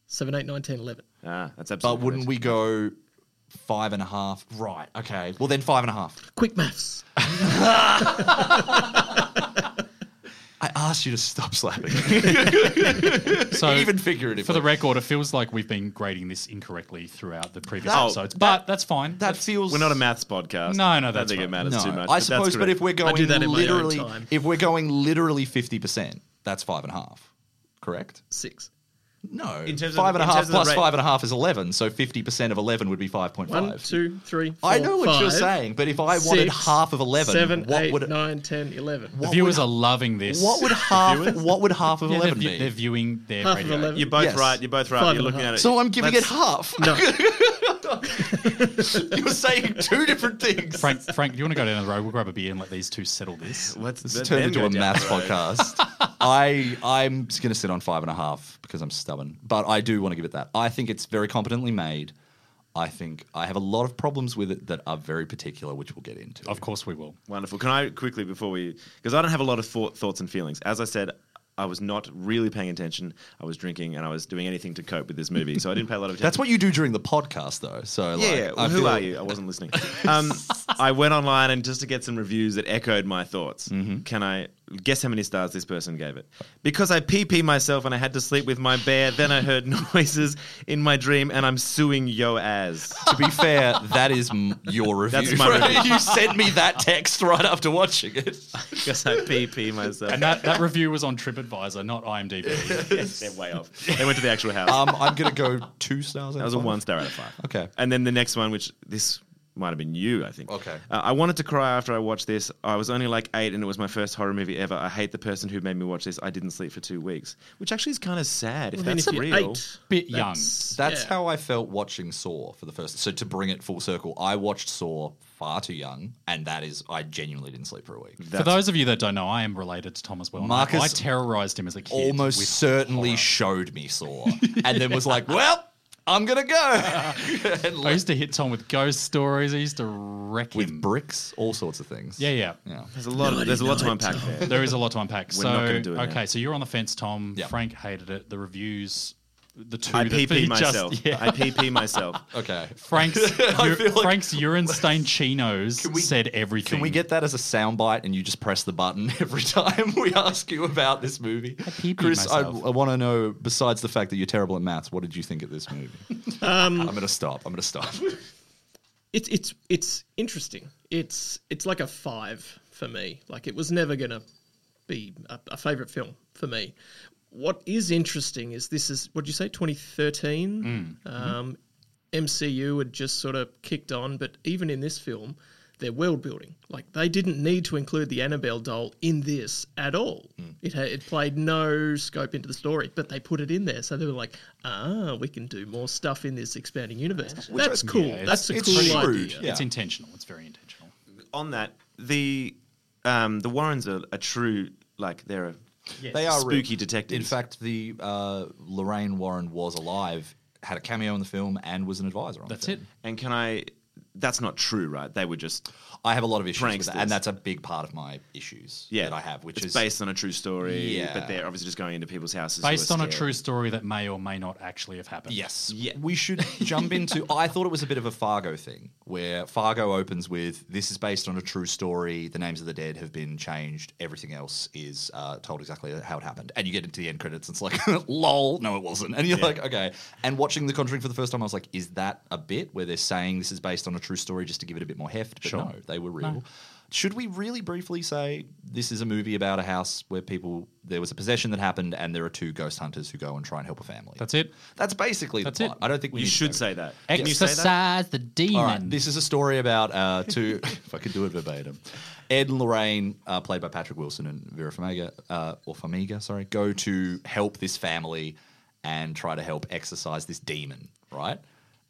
S3: seven, eight, nine, ten, eleven.
S1: Ah, that's absolutely.
S4: But wouldn't
S1: correct.
S4: we go five and a half? Right. Okay. Well, then five and a half.
S3: Quick maths.
S4: I asked you to stop slapping,
S2: so
S4: even figuratively.
S2: for the record, it feels like we've been grading this incorrectly throughout the previous
S1: That-
S2: episodes, but that's fine.
S4: Oh, that
S2: That's-
S4: feels
S1: We're not a maths podcast.
S2: No, no,
S1: I don't
S2: that's
S1: think it
S2: fine.
S1: matters
S4: no.
S1: too much.
S4: I
S1: that's
S4: suppose, but
S1: correct.
S4: if we're going
S3: do that in my own
S4: literally,
S3: time.
S4: if we're going literally fifty percent, that's five and a half. Correct.
S3: Six.
S4: No,
S1: In terms of-
S4: five and a
S1: in
S4: half
S1: terms of the
S4: plus
S1: rate-
S4: five and a half is eleven. So fifty percent of eleven would be five point five.
S3: One, two, three, four,
S4: I know what you you're
S3: five,
S4: saying, but if I wanted
S3: six,
S4: half of eleven,
S3: seven,
S4: what
S3: eight,
S4: would it,
S3: nine, 10, 11.
S2: the
S4: what
S2: viewers
S4: would,
S2: are loving this.
S4: what would half what would half of
S2: Yeah, they're,
S4: eleven
S2: view- they're
S4: be?
S2: viewing their
S3: Half of
S2: radio.
S3: 11.
S1: You're both
S4: Yes.
S1: right. You're both right.
S3: Five
S1: you're
S3: and a
S1: looking
S3: half.
S1: at it.
S4: So I'm giving
S1: Let's-
S4: it half.
S3: No,
S4: You're saying two different things.
S2: Frank, Frank, do you want to go down the road? We'll grab a beer and let these two settle this.
S1: Let's,
S4: This has
S1: let
S4: turned
S1: them
S4: into
S1: go
S4: a
S1: down
S4: maths
S1: the road.
S4: podcast. I I'm just gonna sit on five and a half because I'm stubborn, but I do want to give it that. I think it's very competently made. I think I have a lot of problems with it that are very particular, which we'll get into.
S2: Of course, we will.
S1: Wonderful. Can I quickly before we because I don't have a lot of thought, thoughts and feelings. As I said, I was not really paying attention. I was drinking and I was doing anything to cope with this movie, so I didn't pay a lot of attention.
S4: That's what you do during the podcast, though. So
S1: Yeah,
S4: like,
S1: yeah.
S4: I
S1: who
S4: feel-
S1: are you? I wasn't listening. Um, I went online and just to get some reviews that echoed my thoughts.
S4: Mm-hmm.
S1: Can I guess how many stars this person gave it? Because I pee pee myself and I had to sleep with my bear. Then I heard noises in my dream and I'm suing yo ass.
S4: To be fair, that is m- your review.
S1: That's my review.
S4: you sent me that text right after watching it.
S1: Because I pee pee myself.
S2: And that, that review was on TripAdvisor, not IMDb.
S1: Yes, they're way off. They went to the actual house.
S4: Um, I'm gonna go two stars.
S1: that was a one star out of five.
S4: Okay.
S1: And then the next one, which this might have been you, I think.
S4: Okay.
S1: Uh, I wanted to cry after I watched this. I was only like eight, and it was my first horror movie ever. I hate the person who made me watch this. I didn't sleep for two weeks, which actually is kind of sad if
S3: well, then
S1: that's
S3: if you're
S1: real.
S3: eight,
S2: Bit young.
S3: that's-
S4: That's
S3: yeah.
S4: how I felt watching Saw for the first. So to bring it full circle, I watched Saw far too young, and that is I genuinely didn't sleep for a week.
S2: For those of you that don't know, I am related to Tom as well. And I-
S4: Marcus
S2: I terrorized him as a kid.
S4: Almost
S2: with-
S4: certainly showed me Saw, and then was like, "Well, I'm gonna go." And
S2: I
S4: left
S2: used to hit Tom with ghost stories. I used to wreck him.
S4: with bricks, all sorts of things.
S2: yeah, yeah.
S4: yeah.
S1: There's a lot. Of, there's a lot to unpack there.
S2: There is a lot to unpack.
S1: We're
S2: so,
S1: not gonna do it now.
S2: okay, so you're on the fence, Tom.
S4: Yeah.
S2: Frank hated it. The reviews, the two
S1: I
S2: that
S1: pee pee
S2: he just-
S1: myself.
S2: yeah.
S1: I pee pee myself.
S4: Okay.
S2: Frank's
S4: I
S2: u-
S4: feel like-
S2: Frank's urine stained chinos
S4: we-
S2: said everything.
S4: Can we get that as a soundbite and you just press the button every time we ask you about this movie?
S2: pee-peed
S4: Chris, I,
S2: myself.
S4: I want to know, besides the fact that you're terrible at maths, what did you think of this movie? I'm going to stop. I'm going to stop.
S3: It's it's it's interesting. It's it's like a five for me. Like it was never gonna be a, a favorite film for me. What is interesting is this is what would you say
S2: Mm.
S4: Mm-hmm.
S3: 2013. Um, MCU had just sort of kicked on, but even in this film, their world building. Like they didn't need to include the Annabelle doll in this at all.
S4: Mm.
S3: It ha- it played no scope into the story, but they put it in there, so they were like, ah, we can do more stuff in this expanding universe. That's
S2: Yeah,
S3: cool.
S2: it's-
S3: That's a
S4: it's
S3: cool
S2: pretty-
S4: shrewd.
S3: idea.
S4: Yeah.
S2: It's intentional. It's very intentional.
S1: On that, the um, the Warrens are, are true. Like they're a
S4: They are
S1: spooky
S4: real.
S1: detectives.
S4: In fact, the uh, Lorraine Warren was alive, had a cameo in the film, and was an advisor on. the
S2: That's
S4: film.
S2: it.
S1: and can I? That's not true, right? They were just
S4: I have a lot of issues with that,
S1: Pranksters.
S4: and that's a big part of my issues
S1: yeah
S4: that I have, which
S1: it's
S4: is
S1: based on a true story.
S4: Yeah.
S1: but they're obviously just going into people's houses who
S2: Based
S1: are
S2: on
S1: scared.
S2: a true story that may or may not actually have happened.
S4: Yes.
S1: Yeah.
S4: We should jump into. I thought it was a bit of a Fargo thing where Fargo opens with this is based on a true story. The names of the dead have been changed. Everything else is uh, told exactly how it happened. And you get into the end credits and it's like, lol, no, it wasn't. And you're like, okay. And watching The Conjuring for the first time, I was like, is that a bit where they're saying this is based on a true story just to give it a bit more heft? But
S2: Sure.
S4: no, they were real. Should we really briefly say this is a movie about a house where people there was a possession that happened and there are two ghost hunters who go and try and help a family?
S2: That's it.
S4: That's basically
S2: That's
S4: the
S2: it.
S4: plot. I don't think we
S1: You
S4: need to
S1: should
S4: know.
S1: say that. Can you say that?
S2: Exercise the demon.
S4: All right, this is a story about uh, two. if I could do it verbatim, Ed and Lorraine, uh, played by Patrick Wilson and Vera Farmiga, uh, or Farmiga, sorry, go to help this family and try to help exorcise this demon, right?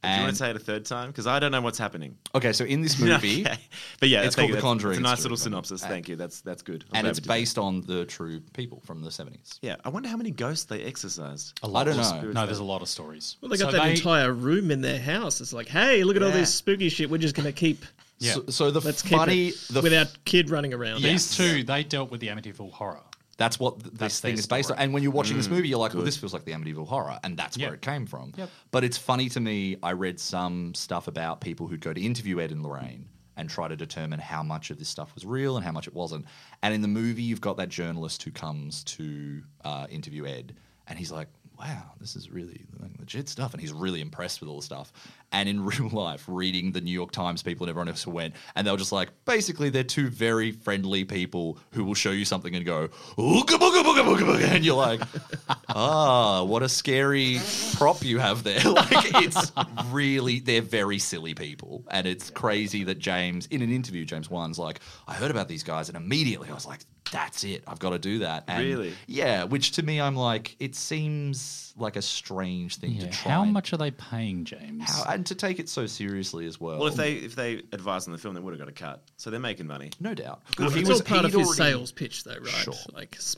S1: Do you want
S4: And-
S1: to say it a third time? Because I don't know what's happening.
S4: okay, so in this movie,
S1: Okay. But yeah,
S4: It's called
S1: thank you.
S4: The
S1: That's-
S4: Conjuring.
S1: It's a
S4: It's
S1: nice
S4: true.
S1: little synopsis. Thank you. That's that's good. I'm
S4: and
S1: glad
S4: it's
S1: we did that.
S4: based on the true people from the seventies.
S1: Yeah, I wonder how many ghosts they exercised.
S4: I don't know.
S2: no, there's a lot of stories.
S3: Well, they got
S2: So
S3: that entire room in their house. It's like, hey, look at all
S1: Yeah.
S3: this spooky shit. We're just going to keep.
S2: Yeah.
S4: So, so the
S3: Let's keep
S4: funny,
S3: it
S4: the
S3: without kid running around.
S2: These two, they dealt with the Amityville horror.
S4: That's what th- this
S2: That's
S4: thing
S2: their
S4: is based on.
S2: story.
S4: And when you're watching this movie, you're like, well, this feels like the Amityville horror, and that's
S2: Mm, Yeah.
S4: where it came from.
S2: Yep.
S4: But it's funny to me, I read some stuff about people who'd go to interview Ed and Lorraine and try to determine how much of this stuff was real and how much it wasn't. And in the movie, you've got that journalist who comes to uh, interview Ed, and he's like, wow, this is really like, legit stuff. And he's really impressed with all the stuff. And in real life, reading the New York Times people and everyone else who went, and they were just like, basically, they're two very friendly people who will show you something and go, ooga booga booga booga booga. And you're like, ah, what a scary prop you have there. like, it's really, they're very silly people. And it's crazy that James, in an interview, James Wan's like, I heard about these guys, and immediately I was like, that's it. I've got to do that. And
S1: Really?
S4: yeah, which to me, I'm like, it seems like a strange thing to try.
S2: How
S4: and-
S2: much are they paying, James?
S4: how- and to take it so seriously as well.
S1: Well, if they if they advised on the film, they would have got a cut. So they're making money.
S4: no doubt.
S3: Well,
S4: he
S3: it's
S4: was
S3: all part of
S4: he'd
S3: his
S4: already-
S3: sales pitch, though, right?
S4: Sure.
S3: Like, s-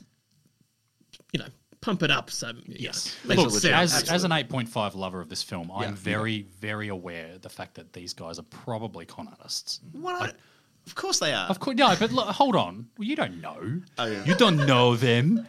S3: you know, pump it up. So yes,
S2: Yes.
S3: know, make
S2: Look,
S3: it sound-
S2: as, as an 8.5 lover of this film,
S4: Yeah,
S2: I'm
S4: yeah.
S2: very, very aware of the fact that these guys are probably con artists.
S1: What? of course they are.
S2: Of course, no, but look, hold on. Well, you don't know.
S1: Oh, yeah.
S2: You don't know them.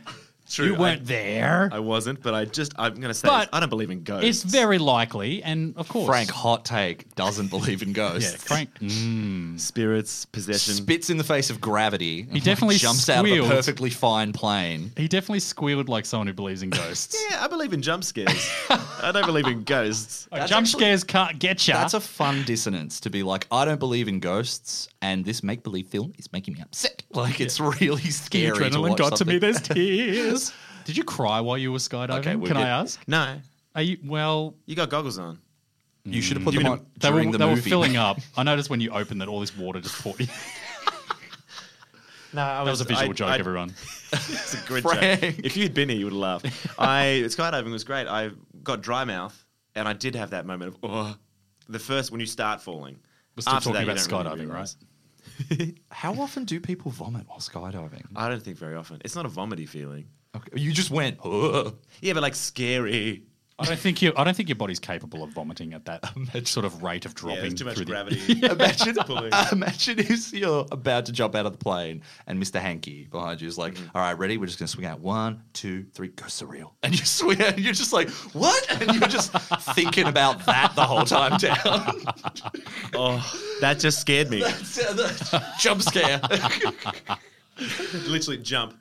S1: True,
S2: You weren't
S1: I-
S2: there.
S1: I wasn't, but I just I'm going to say
S2: But
S1: this, I don't believe in ghosts.
S2: it's very likely, and of course,
S4: Frank Hot Take doesn't believe in
S2: Yeah,
S4: ghosts.
S2: Frank.
S1: Mm. spirits possession.
S4: Spits in the face of gravity. He
S2: definitely
S4: jumps out of a
S2: squealed.
S4: perfectly fine plane.
S2: He definitely squealed like someone who believes in ghosts.
S1: yeah, I believe in jump scares. I don't believe in ghosts.
S2: Like, Oh, jump
S4: actually-
S2: scares can't get you.
S4: That's a fun dissonance to be like, I don't believe in ghosts, and this make believe film is making me upset. Like, it's really scary. to
S2: adrenaline
S4: watch
S2: got to
S4: something.
S2: me. There's tears. Did you cry while you were skydiving?
S4: Okay, we'll
S2: Can I
S4: get-
S2: ask?
S1: No,
S2: Are you well?
S1: you got goggles on.
S4: You should have put them on
S2: They were,
S4: during the
S2: they were
S4: movie.
S2: filling up. I noticed when you opened that all this water just poured. that
S1: No, I
S2: was a visual
S1: I-
S2: joke,
S1: I-
S2: everyone.
S1: It's a good
S4: Frank.
S1: joke. If you'd been here, you would have laughed. I skydiving was great. I got dry mouth, and I did have that moment of oh, the first when you start falling.
S2: We're still
S1: After
S2: talking
S1: that,
S2: about
S1: you don't really
S2: skydiving,
S1: realise.
S2: right?
S4: How often do people vomit while skydiving?
S1: I don't think very often. It's not a vomity feeling.
S4: Okay, You just went, "Ugh."
S1: Yeah, but like scary.
S2: I don't think you. I don't think your body's capable of vomiting at that sort of rate of
S1: Yeah,
S2: dropping.
S1: there's too much
S2: through the-
S1: gravity.
S4: Imagine, uh,
S1: pulling.
S4: imagine if you're about to jump out of the plane and Mr. Hanky behind you is like, all right, ready? We're just going to swing out. One, two, three, go surreal. And you swing out and you're just like, what? And you're just thinking about that the whole time down.
S1: Oh, that just scared me.
S4: That's- that's- Jump scare.
S1: Literally jump.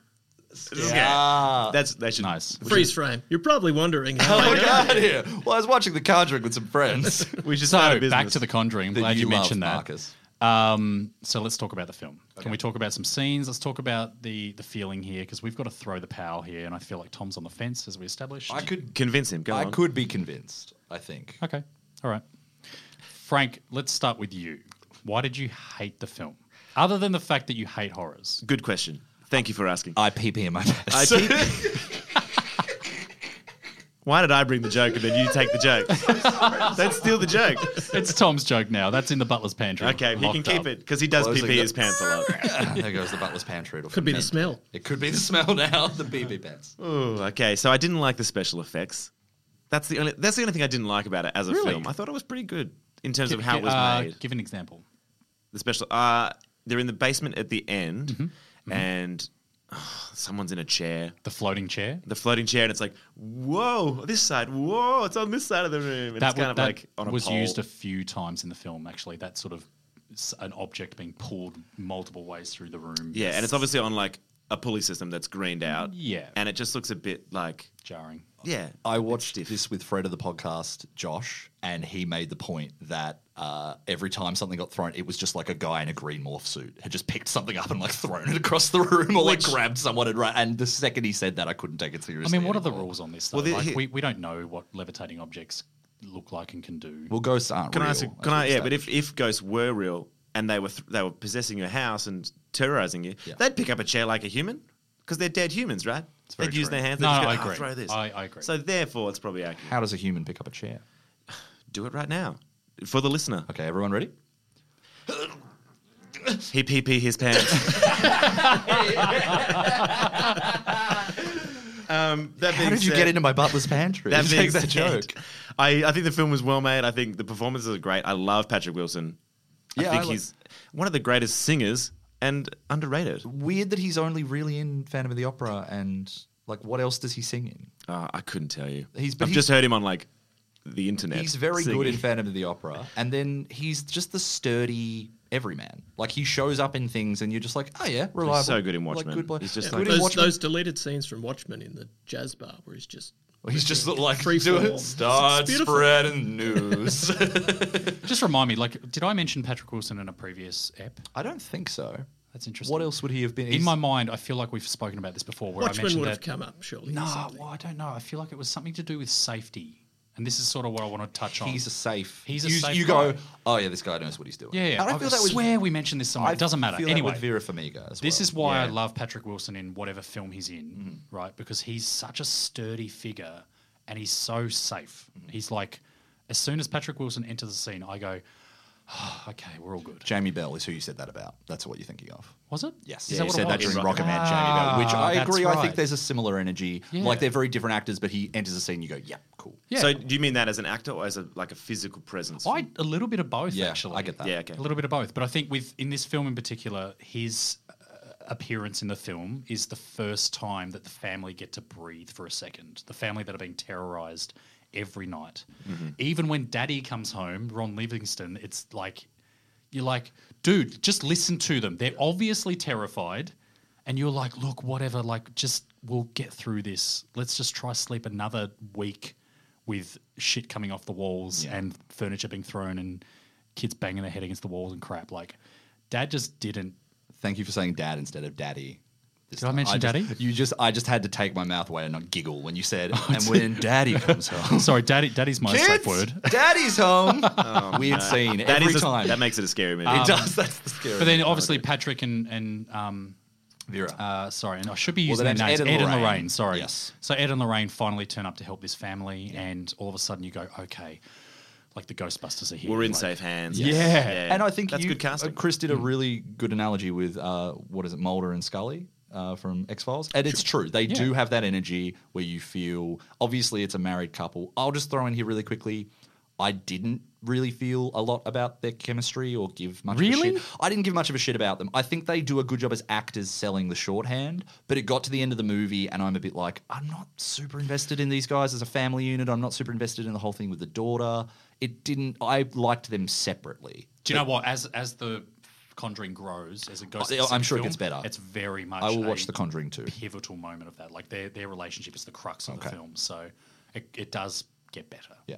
S4: Ah.
S1: That's that should
S2: Nice.
S3: freeze frame. You're probably wondering how.
S4: Oh
S3: I
S4: my
S3: know.
S4: God, here. Well, I was watching The Conjuring with some friends.
S1: We just
S2: So back to the Conjuring. I'm
S4: That
S2: glad you,
S4: love,
S2: mentioned that.
S4: Marcus.
S2: Um, so let's talk about the film. Can we talk about some scenes? Let's talk about the the feeling here because we've got to throw the power here, and I feel like Tom's on the fence as we established.
S4: I could,
S1: convince him. Go
S4: I
S1: on.
S4: could be convinced, I think.
S2: Okay. All right. Frank, let's start with you. Why did you hate the film? Other than the fact that you hate horrors.
S1: Good question. Thank you for asking.
S4: IPP in my pants.
S1: I keep- Why did I bring the joke and then you take the joke? Don't steal the joke.
S2: It's Tom's joke now. That's in the butler's pantry.
S1: Okay, he can
S2: locked
S1: keep
S2: up.
S1: it because he does
S4: Closing
S1: pee
S4: the-
S1: his pants a lot.
S4: there goes the butler's pantry.
S3: Could be the smell.
S4: It could be the smell now. The BB pants.
S1: Ooh, okay, so I didn't like the special effects. That's the only. That's the only thing I didn't like about it as a
S2: Really?
S1: film. I thought it was pretty good in terms of
S2: Gi-
S1: how
S2: gi-
S1: it was
S2: uh,
S1: made.
S2: Give an example.
S1: The special. Uh, they're in the basement at the end,
S2: Mm-hmm.
S1: and oh, someone's in a chair.
S2: The floating chair.
S1: the floating chair, and it's like, whoa, this side, whoa, it's on this side of the room. And
S2: that
S1: it's kind
S2: wa-
S1: of
S2: that
S1: like on a
S2: was
S1: pole.
S2: used a few times in the film. Actually, that sort of s- an object being pulled multiple ways through the room.
S1: yeah, and it's obviously on like a pulley system that's greened out.
S2: Mm, Yeah.
S1: And it just looks a bit like,
S2: jarring.
S1: yeah.
S4: I watched this with Fred of the podcast, Josh, and he made the point that uh, every time something got thrown, it was just like a guy in a green morph suit had just picked something up and like thrown it across the room or like
S1: Which-
S4: grabbed someone and right. And the second he said that, I couldn't take it
S2: I
S4: seriously.
S2: mean, what are the
S4: anymore.
S2: rules on this? Though?
S1: Well, the-
S2: like,
S1: he-
S2: we, we don't know what levitating objects look like and can do.
S4: Well, ghosts aren't
S1: Can
S4: real.
S1: I ask, you-
S4: as
S1: can I,
S4: we
S1: yeah, but if,
S4: established.
S1: if ghosts were real and they were, th- they were possessing your house and terrorizing you,
S4: Yeah.
S1: they'd pick up a chair like a human because they're dead humans, right?
S2: very
S1: They'd use
S2: true.
S1: their hands.
S2: No,
S1: they'd
S2: I
S1: just go, "Ah,
S2: agree.
S1: throw this.
S2: I- I agree.
S1: So therefore, it's probably accurate.
S4: How does a human pick up a chair?
S1: Do it right now for the listener.
S4: Okay, everyone ready?
S1: He pee pee his pants. um, that
S4: How
S1: being
S4: did you
S1: said-
S4: get into my butler's pantry?
S1: That being
S4: Take the
S1: said,
S4: joke.
S1: I, I think the film was well made. I think the performances are great. I love Patrick Wilson. I
S4: Yeah, I
S1: think
S4: like-
S1: he's one of the greatest singers and underrated.
S4: Weird that he's only really in Phantom of the Opera and like what else does he sing in?
S1: Uh, I couldn't tell you.
S4: He's- but
S1: I've
S4: he's-
S1: just heard him on like the internet.
S4: He's very
S1: singing.
S4: good in Phantom of the Opera, and then he's just the sturdy everyman. Like he shows up in things, and you're just like, oh yeah, reliable.
S1: so good in
S4: Like,
S1: Watchmen.
S4: good boy.
S1: He's just
S4: Yeah,
S1: like-
S4: good in
S3: Those,
S4: Watchmen.
S3: those deleted scenes from Watchmen in the jazz bar where he's just
S4: He's just like
S3: Free
S4: do
S3: form.
S4: it, start
S3: It's beautiful.
S4: spreading news.
S2: Just remind me, like, did I mention Patrick Wilson in a previous ep?
S4: I don't think so.
S2: That's interesting.
S4: What else would he have been?
S2: In
S4: He's-
S2: my mind, I feel like we've spoken about this before, where I
S3: Watchmen
S2: mentioned
S3: would
S2: that.
S3: have come up surely. or
S2: no,
S3: something.
S2: well, I don't know. I feel like it was something to do with safety, and this is sort of what I want to touch on.
S4: he's a safe.
S2: He's a
S4: you,
S2: safe
S4: You
S2: guy.
S4: go, oh yeah, this guy knows what he's doing.
S2: yeah, yeah.
S4: And I, feel that
S2: swear
S4: with,
S2: we mentioned this somewhere.
S4: I
S2: It doesn't matter.
S4: Feel
S2: Anyway,
S4: that with Vera Farmiga as
S2: This
S4: well.
S2: is why I
S1: Yeah.
S2: love Patrick Wilson in whatever film he's in,
S4: Mm-hmm.
S2: right? Because he's such a sturdy figure and he's so safe.
S4: Mm-hmm.
S2: He's like, as soon as Patrick Wilson enters the scene, I go, "Ah, okay, we're all good.
S4: Jamie Bell is who you said that about. That's what you're thinking of.
S2: Was it?
S4: Yes,
S2: Is
S4: yeah,
S2: that
S4: he
S2: what
S4: said
S2: it
S4: that
S2: was?
S4: during Rocket Man, Jamie Bell, which I
S2: that's
S4: agree. I think
S2: right.
S4: there's a similar energy.
S2: Yeah.
S4: Like they're very different actors, but he enters the scene. You go, yeah, cool.
S2: Yeah.
S1: So do you mean that as an actor or as a like a physical presence?
S2: I a little bit of both.
S4: Yeah,
S2: actually,
S4: I get that.
S1: Yeah, okay.
S2: A little bit of both, but I think with in this film in particular, his uh, appearance in the film is the first time that the family get to breathe for a second. The family that are being terrorized every night, even when Daddy comes home, Ron Livingston. It's like you're like, dude, just listen to them. They're obviously terrified, and you're like, look, whatever, like just. We'll get through this. Let's just try sleep another week with shit coming off the walls
S4: Yeah.
S2: and furniture being thrown and kids banging their head against the walls and crap. Like, dad just didn't.
S4: Thank you for saying dad instead of daddy. this
S2: Did I
S4: time.
S2: mention
S4: just-
S2: daddy?
S4: You just, I just had to take my mouth away and not giggle when you said, and when daddy comes home.
S2: Sorry, daddy. Daddy's my safe
S4: Kids,
S2: word.
S4: daddy's home. Weird scene
S1: That
S4: every
S1: is a-
S4: time.
S1: that makes it a scary movie.
S4: it does. That's the scary.
S2: But then obviously Patrick and and um,
S4: Vera.
S2: uh, sorry, and I should be
S4: Well,
S2: using
S4: their
S2: their names.
S4: name's
S2: Ed and, Lorraine. Sorry.
S4: Yes.
S2: So Ed and Lorraine finally turn up to help this family, and all of a sudden you go, okay, like the Ghostbusters are here.
S1: We're in
S2: Like,
S1: safe hands.
S2: Yeah.
S4: and I think
S1: that's
S4: you-
S1: good casting. Mm.
S4: uh, Chris did a really good analogy with uh, what is it, Mulder and Scully uh, from X Files, and it's true they do have that energy where you feel. Obviously, it's a married couple. I'll just throw in here really quickly. I didn't really feel a lot about their chemistry or give much
S2: Really?
S4: of a shit. I didn't give much of a shit about them. I think they do a good job as actors selling the shorthand, but it got to the end of the movie and I'm a bit like, I'm not super invested in these guys as a family unit. I'm not super invested in the whole thing with the daughter. It didn't I liked them separately.
S2: Do you know what? As as the Conjuring grows, as it goes,
S4: I- I'm sure it gets better.
S2: It's very much.
S4: I will watch
S2: a
S4: The Conjuring too.
S2: Pivotal moment of that, like their their relationship is the crux of
S4: Okay.
S2: the film. So it, it does get better.
S4: Yeah.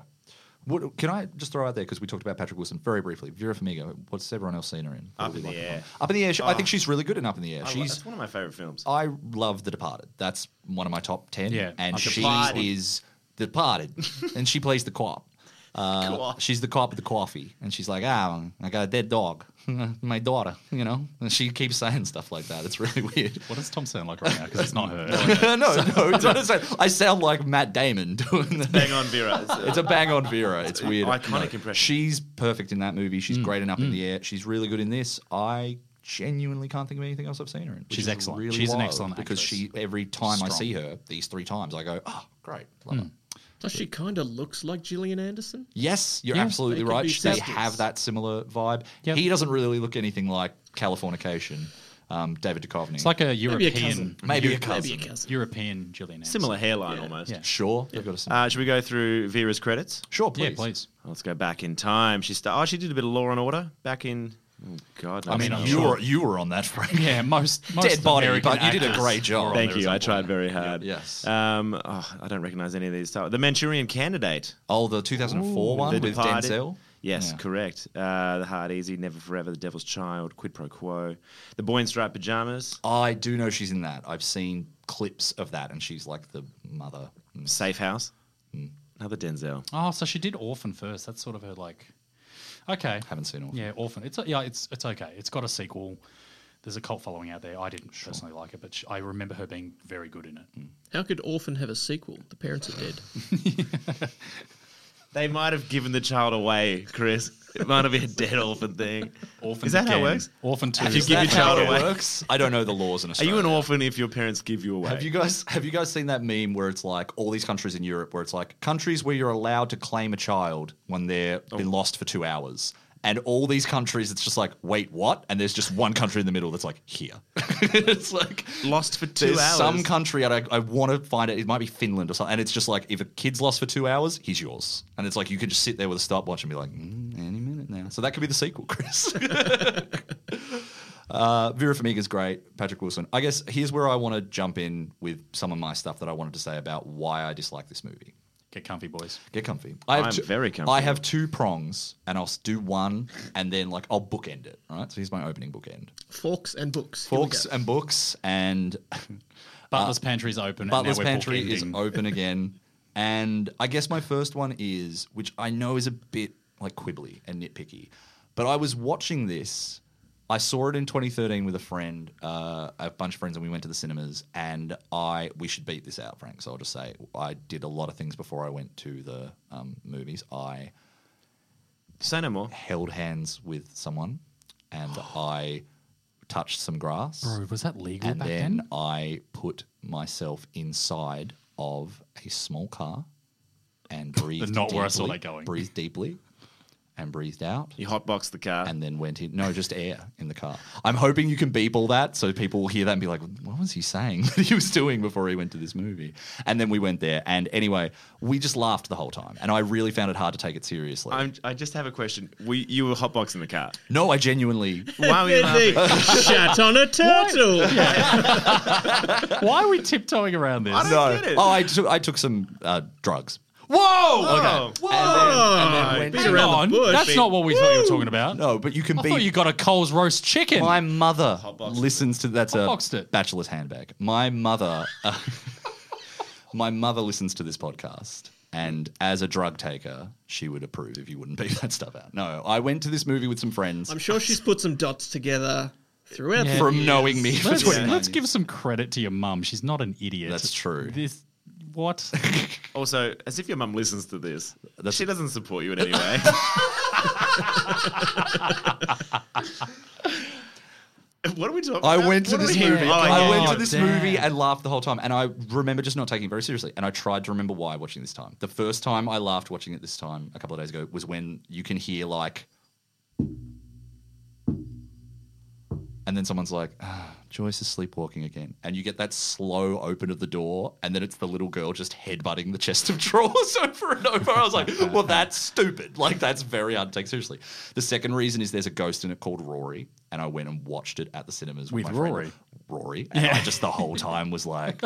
S4: What, can I just throw out there because we talked about Patrick Wilson very briefly? Vera Farmiga. What's everyone else seen her in? What do
S1: Up in
S4: we
S1: the
S4: like her
S1: Air. Ah.
S4: from? Up in the air. she- I think she's really good in Up in the air.
S1: I lo-
S4: she's
S1: that's one of my favorite films.
S4: I love The Departed. That's one of my top ten.
S2: Yeah.
S4: and
S2: I've
S4: she
S2: Departed.
S4: is Departed, and she plays the cop. Uh, she's the cop at the coffee, and she's like, "Ah, I got a dead dog, my daughter," you know. And she keeps saying stuff like that. It's really weird.
S2: What does Tom sound like right now? Because it's not her.
S4: no, no, it's not the same. I sound like Matt Damon doing that.
S1: Bang on, Vera.
S4: It's a bang on Vera. It's weird.
S1: Iconic impression.
S4: She's perfect in that movie. She's
S2: Mm.
S4: great in Up in the Air. She's really good in this. I genuinely can't think of anything else I've seen her in. which
S2: She's
S4: is
S2: excellent.
S4: really
S2: She's an
S4: wild
S2: excellent
S4: because
S2: actress.
S4: she every time I
S2: Strong.
S4: see her, these three times, I go, oh, great, love
S2: Mm.
S4: her.
S3: Plus, she kind of looks like Gillian Anderson.
S4: Yes, you're
S2: Yeah.
S4: absolutely
S3: They could
S4: right.
S3: be
S4: They
S3: sisters.
S4: have that similar vibe.
S2: Yep.
S4: He doesn't really look anything like Californication. Um, David Duchovny.
S2: It's like a
S3: Maybe a
S2: European,
S3: cousin.
S4: maybe a
S3: Maybe
S4: cousin.
S3: a cousin.
S2: European Gillian. Anderson.
S1: Similar hairline almost.
S2: Yeah.
S4: Sure, they've got a similar.
S1: Uh, should we go through Vera's credits?
S4: sure, please.
S2: Yeah, please.
S1: Let's go back in time. She star- Oh, she did a bit of Law and Order back in. Oh God,
S4: I mean,
S2: I'm
S4: you
S2: sure.
S4: were you were on that, Frank.
S2: Yeah, most, most
S4: Dead body,
S2: American
S4: but you did a
S2: actors
S4: great job.
S2: were on
S1: Thank
S2: there
S1: you.
S2: at
S1: I
S2: some
S1: tried
S2: point.
S1: very hard.
S4: yes.
S1: Um, oh, I don't recognize any of these. titles. The Manchurian Candidate.
S4: Oh, the 2004 one
S1: The
S4: with
S1: Departed.
S4: Denzel.
S1: Yes,
S4: Yeah.
S1: correct. Uh, the Hard Easy, Never Forever, The Devil's Child, Quid Pro Quo, The Boy in Striped Pajamas,
S4: I do know she's in that. I've seen clips of that, and she's like the mother.
S1: Safe House. Another Denzel.
S2: Oh, so she did Orphan first. That's sort of her like. Okay.
S4: Haven't seen all.
S2: Yeah, Orphan. It's yeah, it's it's okay. It's got a sequel. There's a cult following out there. I didn't personally like it, but sh I remember her being very good in it.
S3: How could Orphan have a sequel? The parents are dead.
S1: They might have given the child away, Chris. It might have been a dead orphan thing.
S2: Orphan
S1: Is that how it
S2: again.
S1: works?
S2: Orphan two.
S1: Have you
S2: is
S1: give
S2: that
S1: your child
S2: how it
S1: away?
S4: works. I don't know the laws in
S1: Are
S4: Australia.
S1: you an orphan if your parents give you away?
S4: Have you guys have you guys seen that meme where it's like all these countries in Europe where it's like countries where you're allowed to claim a child when they're been lost for two hours. And all these countries, it's just like, wait, what? And there's just one country in the middle that's like, here. it's like
S1: lost for two
S4: there's
S1: hours?
S4: some country, and I, I want to find it. It might be Finland or something. And it's just like, if a kid's lost for two hours, he's yours. And it's like you could just sit there with a stopwatch and be like, mm, any minute now. So that could be the sequel, Chris. Uh, Vera Farmiga's great. Patrick Wilson. I guess here's where I want to jump in with some of my stuff that I wanted to say about why I dislike this movie.
S2: Get comfy, boys.
S4: Get comfy. I have
S1: I'm
S4: two,
S1: very comfy.
S4: I have two prongs, and I'll s- do one, and then like I'll bookend it. All right. So here's my opening bookend:
S3: Forks and books. Here we
S4: forks
S3: go.
S4: and books, and
S2: Butler's pantry's open.
S4: Butler's
S2: and now we're
S4: Pantry is
S2: bookending.
S4: open again. And I guess my first one is, which I know is a bit like quibbly and nitpicky, but I was watching this. I saw it in 2013 with a friend, uh, a bunch of friends, and we went to the cinemas. And I, we should beat this out, Frank. So I'll just say I did a lot of things before I went to the um, movies. I
S1: Say no more.
S4: held hands with someone, and I touched some grass
S2: Bro, was that legal
S4: and
S2: back
S4: then,
S2: then?
S4: I put myself inside of a small car and breathed.
S2: Not
S4: deeply,
S2: where I saw that going.
S4: Breathed deeply and breathed out.
S1: You hotbox the car.
S4: And then went in. No, just air in the car. I'm hoping you can beep all that so people will hear that and be like, what was he saying that he was doing before he went to this movie? And then we went there. And anyway, we just laughed the whole time. And I really found it hard to take it seriously.
S1: I'm, I just have a question. We, you were hotboxing the car.
S4: no, I genuinely.
S1: Why were you laughing?
S3: Shat on a turtle.
S2: Why are we tiptoeing around this?
S1: I don't
S4: no.
S1: get it.
S4: Oh, I took, I took some uh, drugs.
S2: Whoa!
S1: Oh,
S3: Oh,
S4: and then
S3: beat
S4: went-
S3: around
S2: on.
S3: the bush.
S2: That's not what we thought you were talking about.
S4: No, but you can
S2: I
S4: be.
S2: thought you got a Cole's roast chicken.
S4: My mother
S1: boxed
S4: listens to that's
S2: Hot
S4: a
S2: boxed it.
S4: bachelor's handbag. My mother, uh, my mother listens to this podcast, and as a drug taker, she would approve if you wouldn't beat that stuff out. No, I went to this movie with some friends
S3: I'm sure she's put some dots together throughout the
S4: from
S3: years.
S4: knowing me. for
S2: let's,
S4: 29
S2: let's give
S4: years.
S2: some credit to your mum. She's not an idiot.
S4: That's true.
S2: This what?
S1: Also, as if your mum listens to this,
S4: That's-
S1: she doesn't support you in any way. what are we talking
S4: I
S1: about?
S4: went to
S1: What are
S4: this
S1: we doing?
S4: movie.
S1: Oh,
S4: I
S1: yeah.
S4: went to
S2: Oh,
S4: this
S2: damn.
S4: movie and laughed the whole time. And I remember just not taking it very seriously. And I tried to remember why watching this time. The first time I laughed watching it this time a couple of days ago was when you can hear like, and then someone's like, ah, "Joyce is sleepwalking again," and you get that slow open of the door, and then it's the little girl just headbutting the chest of drawers over and over. I was like, "Well, that's stupid. Like, that's very hard to take seriously." The second reason is there's a ghost in it called Rory, and I went and watched it at the cinemas with,
S2: With
S4: my friend,
S2: Rory?
S4: Rory, and I just the whole time was like,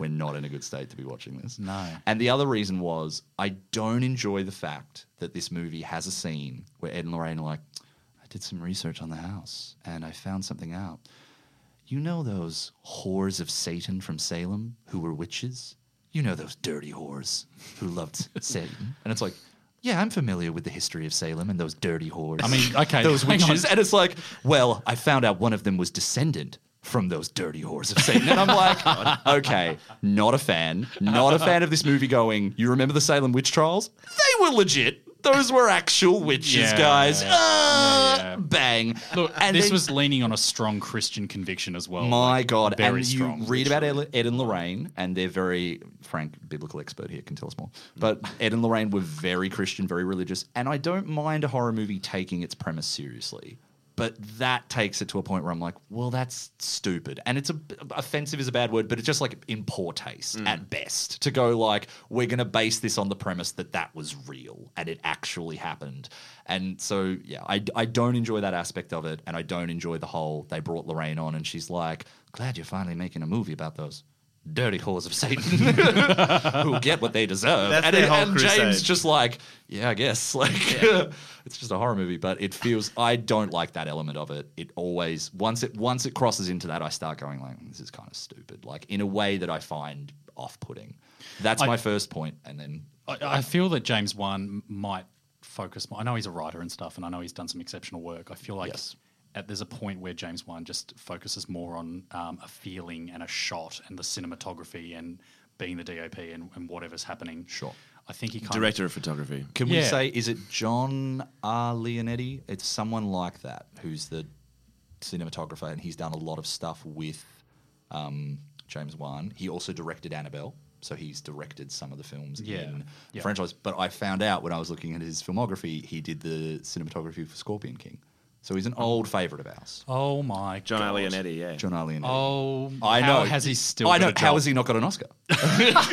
S4: "We're not in a good state to be watching this."
S2: No.
S4: And the other reason was I don't enjoy the fact that this movie has a scene where Ed and Lorraine are like, I did some research on the house and I found something out. You know those whores of Satan from Salem who were witches? You know those dirty whores who loved Satan? And it's like, yeah, I'm familiar with the history of Salem and those dirty hordes.
S2: I mean, okay,
S4: those
S2: hang on.
S4: witches. And it's like, well, I found out one of them was descendant from those dirty whores of Satan. And I'm like, okay, not a fan. Not a fan of this movie going, you remember the Salem witch trials? They were legit. Those were actual witches,
S2: Yeah.
S4: guys. Ah,
S2: yeah.
S4: Bang.
S2: Look, this
S4: then-
S2: was leaning on a strong Christian conviction as well.
S4: my
S2: like,
S4: God.
S2: very
S4: and
S2: strong.
S4: you read about Ed, Ed and Lorraine, and they're very, Frank, biblical expert here, can tell us more. But Ed and Lorraine were very Christian, very religious. And I don't mind a horror movie taking its premise seriously. But that takes it to a point where I'm like, well, that's stupid. And it's a, offensive is a bad word, but it's just like in poor taste at best to go like, we're going to base this on the premise that that was real and it actually happened. And so, yeah, I, I don't enjoy that aspect of it. And I don't enjoy the whole they brought Lorraine on and she's like, glad you're finally making a movie about those dirty whores of Satan who get what they deserve.
S1: That's
S4: and
S1: their whole
S4: and James
S1: crusade.
S4: just like, yeah, I guess. Like, it's just a horror movie, but it feels, I don't like that element of it. It always, once it, once it crosses into that, I start going like, this is kind of stupid. Like in a way that I find off putting. That's
S2: I-
S4: my first point, And then
S2: I, I feel that James Wan might focus more. I know he's a writer and stuff, and I know he's done some exceptional work. I feel like
S4: Yes.
S2: at, there's a point where James Wan just focuses more on um, a feeling and a shot and the cinematography and being the DOP and, and whatever's happening.
S4: Sure.
S2: I think he kind of
S1: Director of photography.
S4: can we
S2: Yeah.
S4: say, is it John R. Leonetti? It's someone like that who's the cinematographer and he's done a lot of stuff with um, James Wan. He also directed Annabelle, so he's directed some of the films
S2: Yeah.
S4: in
S2: Yeah.
S4: the franchise. But I found out when I was looking at his filmography, he did the cinematography for Scorpion King. So he's an
S2: Hmm.
S4: old favourite of ours,
S2: Oh my
S1: John
S2: God.
S1: Alionetti, yeah.
S4: John R. Leonetti.
S2: Oh,
S4: I know.
S2: How has he still?
S4: I know.
S2: Got a
S4: How
S2: job?
S4: has he not got an Oscar?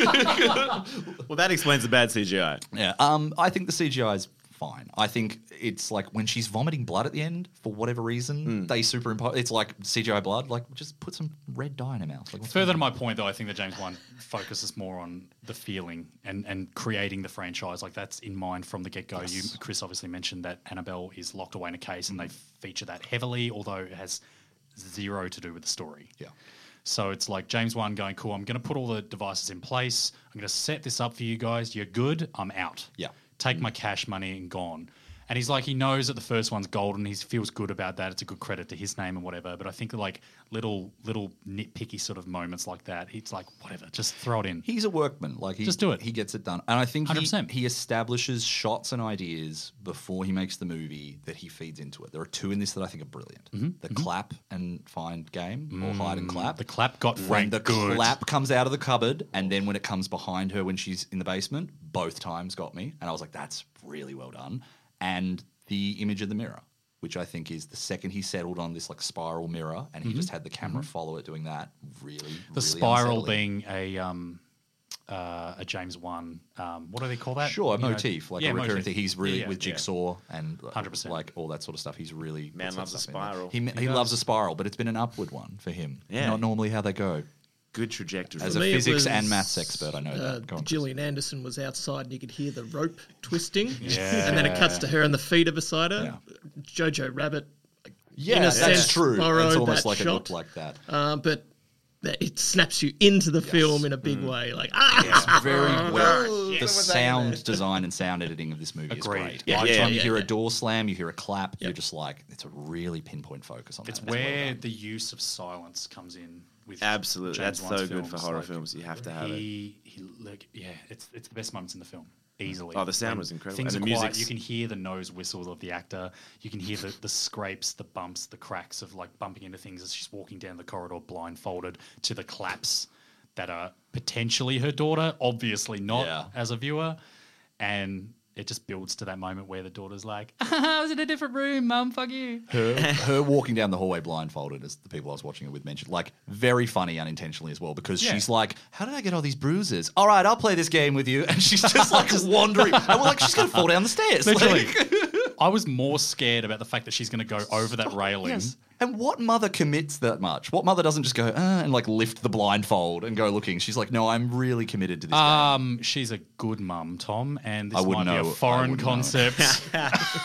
S1: Well, that explains the bad CGI.
S4: Yeah. Um, I think the CGI is fine. I think it's like when she's vomiting blood at the end for whatever reason, they superimpose. It's like CGI blood. Like just put some red dye in her mouth. Like, what's
S2: Further to my point, though, I think that James Wan focuses more on the feeling and, and creating the franchise. Like that's in mind from the get go. You, Chris, obviously mentioned that Annabelle is locked away in a case, and they feature that heavily, although it has zero to do with the story.
S4: Yeah.
S2: So it's like James Wan going, "Cool, I'm going to put all the devices in place. I'm going to set this up for you guys. You're good. I'm out.
S4: Yeah.
S2: Take my cash money and gone." And he's like, he knows that the first one's golden. He feels good about that. It's a good credit to his name and whatever. But I think like little little nitpicky sort of moments like that, he's like, whatever, just throw it in.
S4: He's a workman. Like he
S2: Just do it.
S4: He gets it done. And I think he,
S2: 100%.
S4: he establishes shots and ideas before he makes the movie that he feeds into it. There are two in this that I think are brilliant: the clap and find game, or hide and clap.
S2: Mm-hmm. the clap got
S4: when
S2: Frank
S4: the
S2: good.
S4: clap comes out of the cupboard and then when it comes behind her when she's in the basement, both times got me. And I was like, that's really well done. And the image of the mirror, which I think is the second he settled on this like spiral mirror and he just had the camera follow it doing that, really,
S2: Mm-hmm. the spiral being a um uh, a James Wan. Um, what do they call that?
S4: Sure, a
S2: You know,
S4: motif, like
S2: yeah,
S4: a recurring
S2: motif.
S4: thing. He's really
S2: Yeah, yeah,
S4: with
S2: yeah.
S4: Jigsaw and uh,
S2: 100%.
S4: like all that sort of stuff. He's really
S1: Man
S4: puts that
S1: loves a
S4: stuff in there.
S1: spiral.
S4: He, he, loves a spiral, but it's been an upward one for him.
S1: Yeah.
S4: not normally how they go.
S1: Good trajectory.
S4: As
S3: For
S4: a
S3: me, it
S4: physics
S3: was, uh,
S4: and maths expert, I know that. Go on, Chris.
S3: Gillian Anderson was outside and you could hear the rope twisting.
S2: Yeah.
S3: And then it cuts to her and the feet are beside her. Jojo Rabbit.
S4: Yeah,
S3: in a
S4: that's
S3: sense,
S4: true. It's
S3: borrowed
S4: almost
S3: that
S4: like it
S3: shot.
S4: looked like that.
S3: Uh, but that- it snaps you into the film in a big way. Like, ah!
S4: It's Mm. very well.
S1: yeah.
S4: The sound design and sound editing of this movie
S2: Agreed.
S4: is great.
S2: Yeah,
S4: By the
S1: yeah,
S4: time you
S3: yeah,
S4: hear a
S3: yeah.
S4: door slam, you hear a clap, you're just like, it's a really pinpoint focus on
S2: It's
S4: that. That's well
S2: where
S4: done.
S2: the use of silence comes in. With
S1: Absolutely.
S2: James
S1: That's
S2: Wan's
S1: so good for horror
S2: like,
S1: films. You have to have it.
S2: he, He, like, yeah, it's it's the best moments in the film. Easily.
S1: Oh, the sound
S2: When
S1: was incredible.
S2: Things
S1: And
S2: are
S1: the
S2: quiet.
S1: music's-
S2: You can hear the nose whistles of the actor. You can hear the, the scrapes, the bumps, the cracks of like bumping into things as she's walking down the corridor blindfolded to the claps that are potentially her daughter, obviously not
S4: Yeah.
S2: as a viewer. And it just builds to that moment where the daughter's like, I was in a different room, mum, fuck you.
S4: her, her walking down the hallway blindfolded, as the people I was watching it with mentioned, like very funny unintentionally as well, because
S2: Yeah.
S4: she's like, "How did I get all these bruises?" All right, I'll play this game with you, and she's just like wandering, and we're like, "She's gonna fall down the stairs."
S2: Literally.
S4: Like,
S2: I was more scared about the fact that she's going to go over that railing.
S4: Yes. And what mother commits that much? What mother doesn't just go uh, and like lift the blindfold and go looking? She's like, no, I'm really committed to this. game."
S2: Um, she's a good mum, Tom, and this
S4: I
S2: might
S4: wouldn't
S2: be
S4: know.
S2: a
S4: I
S2: foreign
S4: wouldn't know.
S2: concept.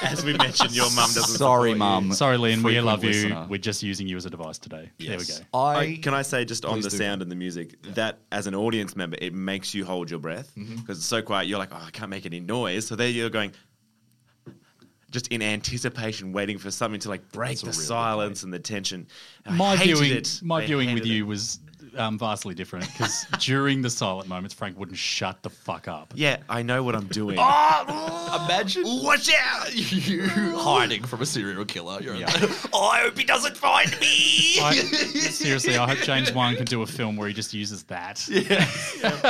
S1: As we mentioned, your mum doesn't.
S4: Sorry,
S1: support you.
S4: mum.
S2: Sorry, Lynn, we
S4: Frequent
S2: love you.
S4: listener.
S2: We're just using you as a device today. There
S4: Yes.
S2: we go.
S4: I,
S1: I, can I say just on
S4: Please
S1: the
S4: do.
S1: sound and the music that as an audience member it makes you hold your breath because
S2: Mm-hmm.
S1: it's so quiet you're like oh I can't make any noise so there you're going just in anticipation waiting for something to like break
S4: a
S1: the
S4: really good
S1: silence and the tension I
S2: my
S1: hated
S2: viewing,
S1: it.
S2: my
S1: I
S2: viewing with
S1: hated it.
S2: you was um, vastly different because during the silent moments, Frank wouldn't shut the fuck up.
S1: yeah I know what I'm doing
S4: Ah, imagine
S1: watch out
S4: you hiding from a serial killer. You're like, oh, I hope he doesn't find me.
S2: I, seriously, I hope James Wan can do a film where he just uses that.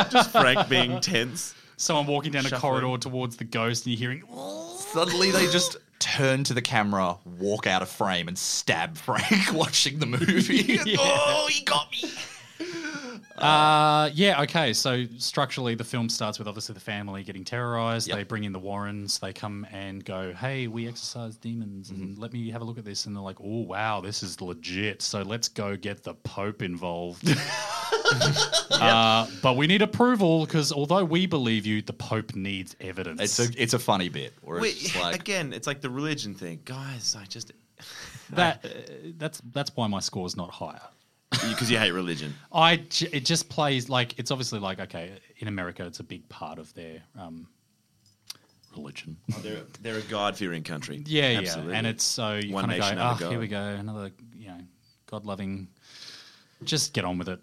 S1: just Frank being tense
S2: So I'm walking down a
S1: Shuffling.
S2: corridor towards the ghost, and you're hearing.
S4: Suddenly, they just turn to the camera, walk out of frame, and stab Frank watching the movie. Oh, he got me.
S2: Uh, yeah, okay. So structurally, the film starts with obviously the family getting terrorized.
S4: Yep.
S2: They bring in the Warrens. They come and go, hey, we exorcise demons
S4: Mm-hmm.
S2: and let me have a look at this. And they're like, oh, wow, this is legit. So let's go get the Pope involved. uh, but we need approval because although we believe you, the Pope needs evidence.
S4: It's a it's a funny bit where
S1: Wait,
S4: it's just like
S1: again it's like the religion thing guys I just
S2: that, uh, that's, that's why my score's not higher.
S1: because you hate religion
S2: I j- it just plays like it's obviously like okay in America it's a big part of their um, religion.
S1: Oh, they're, they're a God fearing country
S2: Yeah,
S1: Absolutely.
S2: yeah, and it's so you
S1: One
S2: kind of go,
S1: nation
S2: oh,
S1: under God."
S2: here we go, another you know, God loving. Just get on with it.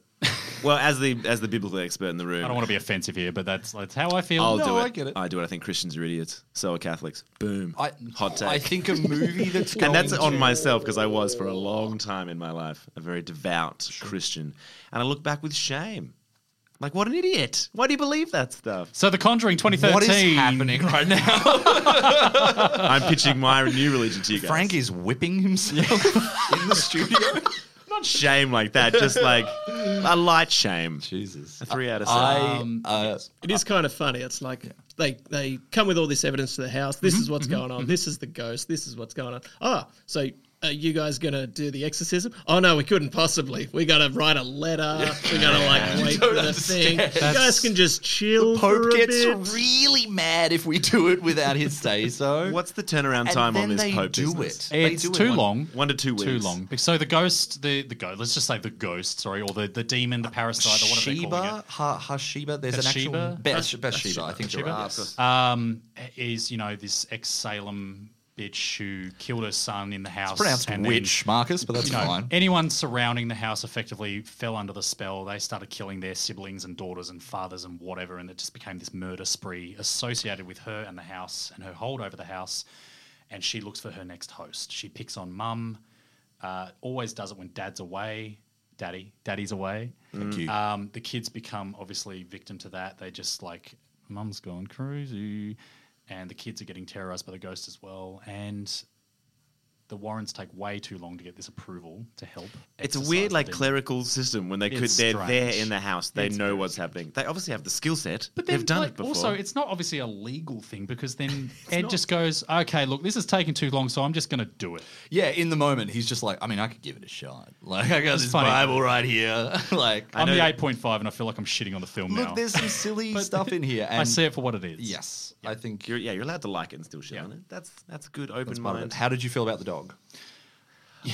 S1: well as the as the biblical expert in the room
S2: I don't want to be offensive here, but that's that's how I feel.
S1: I'll
S4: No,
S1: do it.
S4: I get it.
S1: I do it. I think Christians are idiots. So are Catholics. Boom.
S4: I,
S1: Hot take.
S4: I think a movie that's
S1: and that's
S4: going
S1: on
S4: to-
S1: myself because I was for a long time in my life a very devout Christian, and I look back with shame. Like, what an idiot! Why do you believe that stuff?
S2: So, The Conjuring 2013.
S4: What is happening right now?
S1: I'm pitching my new religion to you guys.
S4: Frank is whipping himself in the studio.
S1: not shame like that, just like a light shame.
S4: Jesus.
S1: A three out of seven.
S4: I uh,
S3: It is kind of funny. It's like they they come with all this evidence to the house. This
S4: Mm-hmm,
S3: is what's going on. This is the ghost. This is what's going on. Oh, so are you guys gonna do the exorcism? Oh no, we couldn't possibly. We gotta write a letter. We gotta like wait
S4: don't
S3: for the thing.
S4: understand.
S3: You guys can just chill for
S4: Pope
S3: a
S4: gets
S3: bit.
S4: really mad if we do it without his say so.
S1: What's the turnaround
S4: And
S1: time on
S4: then
S1: this
S4: they
S1: Pope
S4: do
S1: business?
S4: it. They
S2: It's
S4: do it
S2: too
S4: one-
S2: long.
S1: One to two weeks.
S2: Too long. So the ghost, the the ghost. Let's just say the ghost. Sorry, or the, the demon, the parasite, or what are they calling
S4: Sheba,
S2: it?
S4: ha, Hashiba. There's an
S2: Bathsheba?
S4: actual Beth, Bathsheba. I think there
S2: Bathsheba?
S4: are.
S2: Um, is you know this ex Salem bitch who killed her son in the house.
S4: Pronounced
S2: and then-
S4: witch, Marcus, but that's
S2: you know,
S4: fine.
S2: anyone surrounding the house effectively fell under the spell. They started killing their siblings and daughters and fathers and whatever, and it just became this murder spree associated with her and the house and her hold over the house. And she looks for her next host. She picks on mum. Uh, always does it when dad's away. Daddy, daddy's away.
S3: Mm.
S4: Thank you.
S2: Um, the kids become obviously victim to that. They just like, mum's going crazy. And the kids are getting terrorized by the ghost as well. And the Warrens take way too long to get this approval to help.
S1: It's a
S2: exercise
S1: weird,
S2: the
S1: like
S2: demon.
S1: clerical system when they could.
S2: It's
S1: They're there
S2: strange.
S1: in the house. They
S2: It's
S1: know
S2: very
S1: what's happening. They obviously have the skill set.
S2: But then,
S1: They've done
S2: like,
S1: it before.
S2: also, it's not obviously a legal thing because then Ed just goes, "Okay, look, this is taking too long, so I'm just going to do it."
S4: yeah, in the moment, he's just like, I mean, I could give it a shot. Like, I got this
S2: funny.
S4: Bible right here. like,
S2: I'm
S1: know-
S2: the 8.5, and I feel like I'm shitting on the film
S4: look,
S2: now.
S4: there's some silly
S2: But
S4: stuff in here. And
S2: I see it for what it is.
S4: Yes, I think
S1: You're, yeah, you're allowed to like it and still shit on it. That's that's a good open
S4: that's part of it.
S1: mind.
S4: How did you feel about the dog?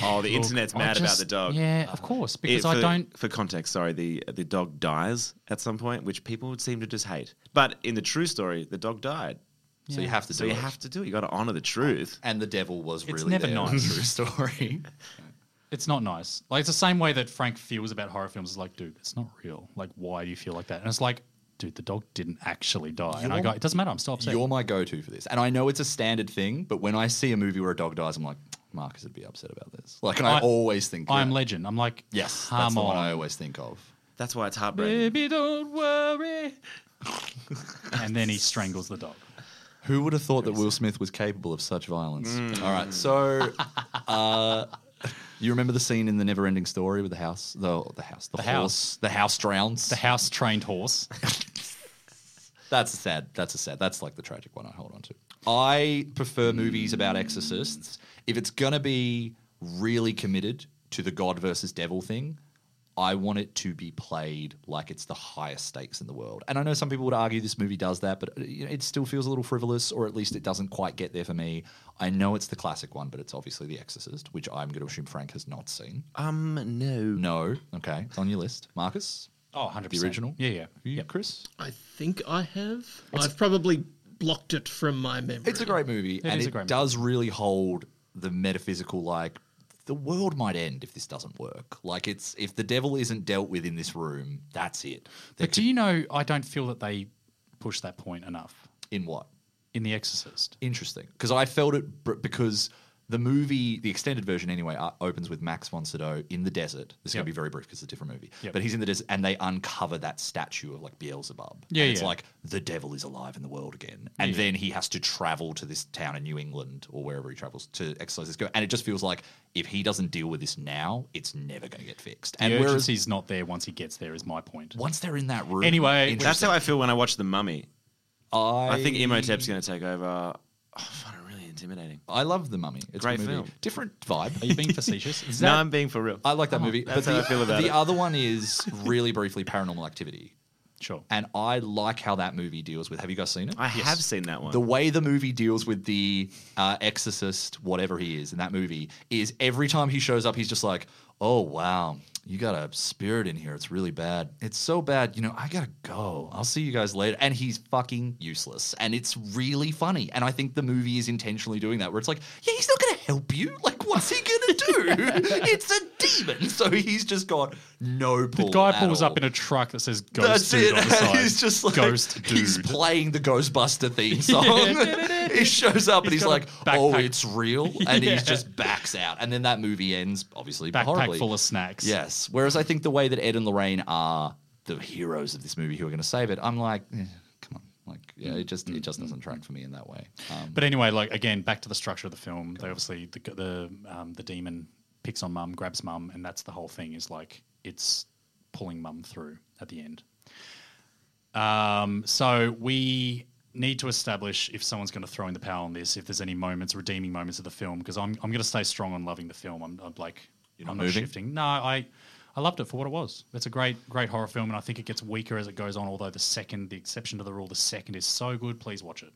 S1: Oh, the internet's
S2: I
S1: mad about
S2: just-
S1: the dog.
S2: Yeah, of course,
S1: It-
S2: because
S1: for,
S2: I don't.
S1: For context, sorry, the the dog dies at some point, which people would seem to just hate. But in the true story, the dog died.
S4: So you have to do
S1: So you
S4: it.
S1: have to do it. You got to honor the truth.
S4: and the devil was really
S2: never
S4: there.
S2: nice.
S4: True story.
S2: It's not nice. Like it's the same way that Frank feels about horror films. Is like, dude, it's not real. Like, why do you feel like that? And it's like, dude, the dog didn't actually die. and I
S4: You're-
S2: go, it doesn't matter. I'm still upset.
S4: You're my go-to for this, and I know it's a standard thing. But when I see a movie where a dog dies, I'm like, Marcus would be upset about this. Like, and I,
S2: I-
S4: always think,
S2: I am
S4: that.
S2: Legend. I'm like,
S4: Yes,
S2: come
S4: that's the
S2: on.
S4: one I always think of.
S1: That's why it's heartbreaking.
S2: Baby, don't worry. and then he strangles the dog.
S4: Who would have thought that Will Smith was capable of such violence? All right, so uh, you remember the scene in the Never-Ending Story with the house, the the house, the,
S2: The
S4: horse,
S2: house.
S4: the house drowns.
S2: The house trained horse.
S4: that's a sad. That's a sad. That's like the tragic one I hold on to. I prefer movies about exorcists. If it's gonna be really committed to the God versus devil thing, I want it to be played like it's the highest stakes in the world. And I know some people would argue this movie does that, but uh, you know, it still feels a little frivolous, or at least it doesn't quite get there for me. I know it's the classic one, but it's obviously The Exorcist, which I'm going to assume Frank has not seen.
S1: Um, no.
S4: No, okay, it's on your list, Marcus.
S2: Oh, 100
S4: The original?
S2: Yeah, yeah.
S4: You,
S2: Yep.
S4: Chris.
S3: I think I have. I've probably blocked it from my memory.
S4: It's a great movie, and
S2: is a
S4: it
S2: great movie.
S4: does really hold the metaphysical like the world might end if this doesn't work. Like it's if the devil isn't dealt with in this room, that's it. There
S2: But do you know, I don't feel that they push that point enough
S4: could- in what?
S2: in The Exorcist.
S4: Interesting, because I felt it br- because the movie, the extended version anyway, uh, opens with Max von Sydow in the desert. This is
S2: Yep.
S4: gonna be very brief because it's a different movie.
S2: Yep.
S4: But he's in the desert, and they uncover that statue of like Beelzebub.
S2: Yeah,
S4: and it's
S2: yeah.
S4: like the devil is alive in the world again, and then he has to travel to this town in New England or wherever he travels to exercise this go. And it just feels like if he doesn't deal with this now, it's never going to get fixed.
S2: The
S4: And whereas
S2: urgency's not there once he gets there, is my point.
S4: once they're in that room,
S2: Anyway,
S1: That's how I feel when I watch The Mummy.
S4: I,
S1: I think Imhotep's going to take over. Oh, fuck, really intimidating.
S4: I love the Mummy. It's
S1: Great
S4: a movie.
S1: film.
S4: different vibe.
S2: Are you being facetious? Is
S1: no,
S2: that-
S1: I'm being for real.
S4: I like that movie.
S1: that's
S4: but
S1: how
S4: the,
S1: I feel about
S4: the
S1: it.
S4: other one is really briefly Paranormal Activity,
S2: Sure.
S4: and I like how that movie deals with. Have you guys seen it?
S1: I have seen that one.
S4: the way the movie deals with the uh, exorcist, whatever he is in that movie, is every time he shows up, he's just like, "Oh wow, you got a spirit in here. It's really bad. It's so bad. You know, I gotta go. I'll see you guys later." And he's fucking useless, and it's really funny. And I think the movie is intentionally doing that, where it's like, "Yeah, he's not gonna help you. Like, what's he gonna do? it's a demon." So he's just got no.
S2: The
S4: Pull
S2: guy
S4: at
S2: pulls
S4: all.
S2: up in a truck that says ghost
S4: That's
S2: dude
S4: it.
S2: on the side.
S4: he's just like
S2: ghost dude.
S4: He's playing the Ghostbuster theme song. he shows up and
S2: He's
S4: he's
S2: got
S4: like,
S2: a
S4: "Oh,
S2: backpack-
S4: it's real," and
S2: Yeah.
S4: he just backs out. And then that movie ends obviously
S2: Backpack
S4: horribly.
S2: full of snacks.
S4: yes. Whereas I think the way that Ed and Lorraine are the heroes of this movie who are going to save it, I'm like, eh, come on, like yeah, it just it just
S2: Mm-hmm.
S4: doesn't track for me in that way. Um,
S2: But anyway, like again, back to the structure of the film. They obviously the the um, the demon picks on mum, grabs mum, and that's the whole thing. Is like it's pulling mum through at the end. Um, so we need to establish if someone's going to throw in the power on this. If there's any moments, redeeming moments of the film, because I'm I'm going to stay strong on loving the film. I'm, I'm like
S4: not
S2: I'm
S4: moving?
S2: not shifting. No, I. I loved it for what it was. It's a great, great horror film, and I think it gets weaker as it goes on. Although the second, the exception to the rule, the second is so good. Please watch it.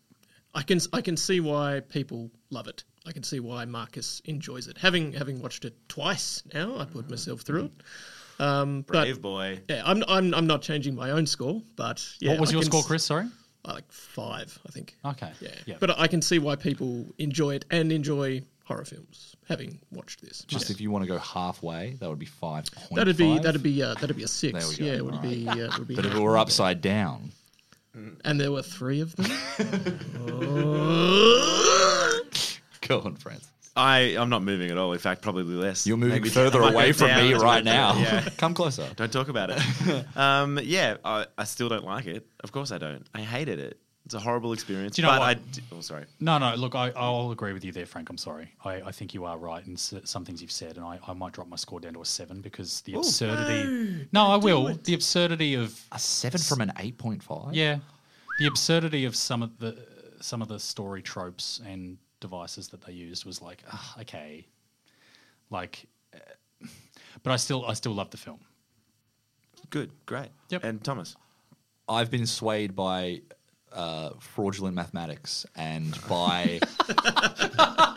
S3: I can I can see why people love it. I can see why Marcus enjoys it. Having having watched it twice now, I
S4: Mm.
S3: put myself through it.
S4: Mm-hmm.
S3: Um, but
S1: Brave boy.
S3: yeah, I'm, I'm I'm not changing my own score, but yeah,
S2: what was
S3: I
S2: your
S3: can
S2: score,
S3: s-
S2: Chris? Sorry.
S3: I like five, I think.
S2: Okay.
S3: Yeah.
S2: Yeah.
S3: but I can see why people enjoy it and enjoy horror films. Having watched this,
S4: just if you want to go halfway, that would be five point.
S3: that'd be that'd be uh, that'd be a six.
S4: There we go.
S3: Yeah, it would
S4: All
S3: be uh, it would be.
S4: But if it were upside down,
S3: and there were three of them.
S4: go on, friends.
S1: I, I'm not moving at all. In fact, probably less.
S4: You're moving
S1: Maybe-
S4: further
S1: I might
S4: away
S1: go
S4: from
S1: down
S4: me
S1: to
S4: right
S1: it.
S4: now.
S1: Yeah.
S4: Come closer.
S1: Don't talk about it. um, yeah, I, I still don't like it. Of course I don't. I hated it. It's a horrible experience.
S2: Do you know
S1: but
S2: what?
S1: I d- oh, sorry.
S2: No, no. Look, I, I'll agree with you there, Frank. I'm sorry. I, I think you are right in s- some things you've said, and I, I might drop my score down to a seven because the absurdity. Oh, No, I will. The absurdity of
S4: A seven from an eight point five.
S2: yeah, the absurdity of some of the some of the story tropes and devices that they used was like, ah, okay, like, uh, but I still I still love the film.
S1: Good. Great.
S2: Yep.
S1: And Thomas.
S4: I've been swayed by uh, fraudulent mathematics and by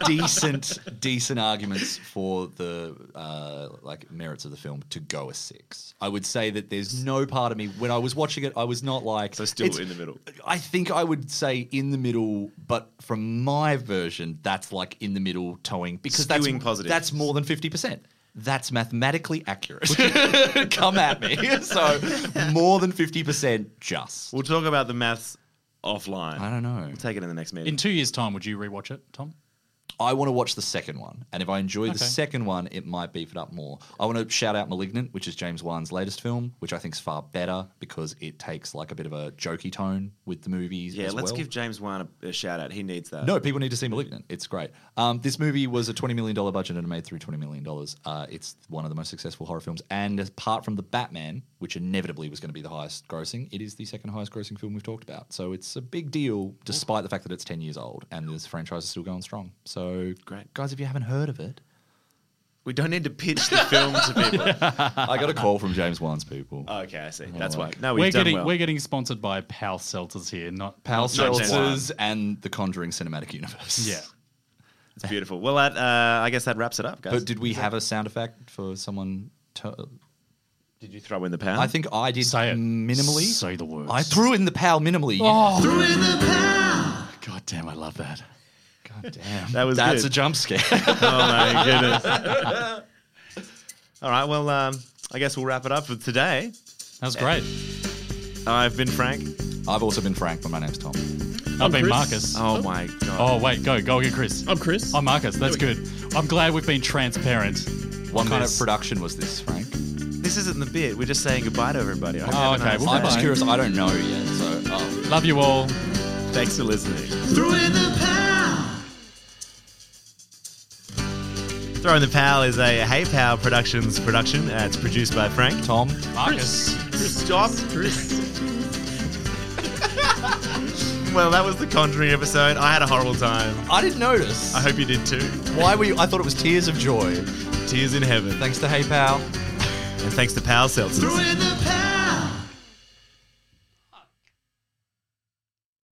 S4: decent decent arguments for the uh, like merits of the film to go a six. I would say that there's no part of me when I was watching it, I was not like
S1: So still
S4: it's-
S1: in the middle.
S4: I think I would say in the middle, but from my version, that's like in the middle towing because that's
S1: Skewing positive.
S4: That's more than fifty percent. That's mathematically accurate. Come at me. So more than fifty percent, just.
S1: We'll talk about the maths offline.
S4: I don't know.
S1: We'll take it in the next meeting.
S2: In two years' time, would you rewatch it, Tom?
S4: I want to watch the second one, and if I enjoy the
S2: Okay.
S4: second one, it might beef it up more. I want to shout out *Malignant*, which is James Wan's latest film, which I think is far better because it takes like a bit of a jokey tone with the movies.
S1: Yeah,
S4: as
S1: let's
S4: well.
S1: give James Wan a, a shout out. He needs that.
S4: No, people need to see *Malignant*. It's great. Um, this movie was a twenty million dollar budget and it made through twenty million dollars. Uh, it's one of the most successful horror films, and apart from *The Batman*, which inevitably was going to be the highest grossing, it is the second highest grossing film we've talked about. So it's a big deal, despite the fact that it's ten years old and this franchise is still going strong. So
S1: Great.
S4: guys, if you haven't heard of it,
S1: We don't need to pitch the film to people.
S4: I got a call from James Wan's people.
S1: Oh, okay, I see. That's
S4: Oh,
S1: why.
S4: okay.
S1: No, we've
S2: We're
S1: done
S2: getting
S1: well.
S2: we're getting sponsored by Pal Seltzers here, not
S4: Pal
S1: James Wan.
S4: Seltzer's and the Conjuring cinematic universe.
S2: Yeah.
S1: It's beautiful. Well, that, uh, I guess that wraps it up, guys.
S4: But did we have a sound effect for someone? To,
S1: Did you throw in the pound?
S4: I think I did
S2: Say it.
S4: minimally.
S2: Say the words.
S4: I threw in the pal minimally.
S2: Oh, god damn, I love that.
S4: God damn.
S1: That was
S4: That's
S1: good.
S4: a jump scare.
S1: Oh my goodness. All right. Well, um, I guess we'll wrap it up for today.
S2: That was great.
S1: I've been Frank.
S4: I've also been Frank, but my name's Tom.
S2: I've been
S3: Chris.
S2: Marcus.
S1: Oh my god.
S2: Oh wait, go go get Chris.
S3: I'm Chris.
S2: I'm Marcus. That's
S3: There we
S2: good. I'm glad we've been transparent.
S4: What
S2: on
S4: kind
S2: this.
S4: of production was this, Frank?
S1: This isn't the bit. We're just saying goodbye to everybody. I hope you
S2: Oh,
S1: have a
S2: okay,
S1: nice
S2: well,
S1: day.
S4: I'm just
S2: bye.
S4: curious. I don't know yet. So, oh.
S2: Love you all.
S1: Thanks for listening. Throw in the Pal is a Hey Pal Productions production. Uh, it's produced by Frank.
S4: Tom.
S2: Marcus.
S1: Stop. well, that was the Conjuring episode. I had a horrible time.
S4: I didn't notice.
S1: I hope you did too.
S4: Why were you? I thought it was Tears of Joy.
S1: Tears in heaven.
S4: Thanks to Hey Pal.
S1: And thanks to Pal Seltzers.
S4: in the pal.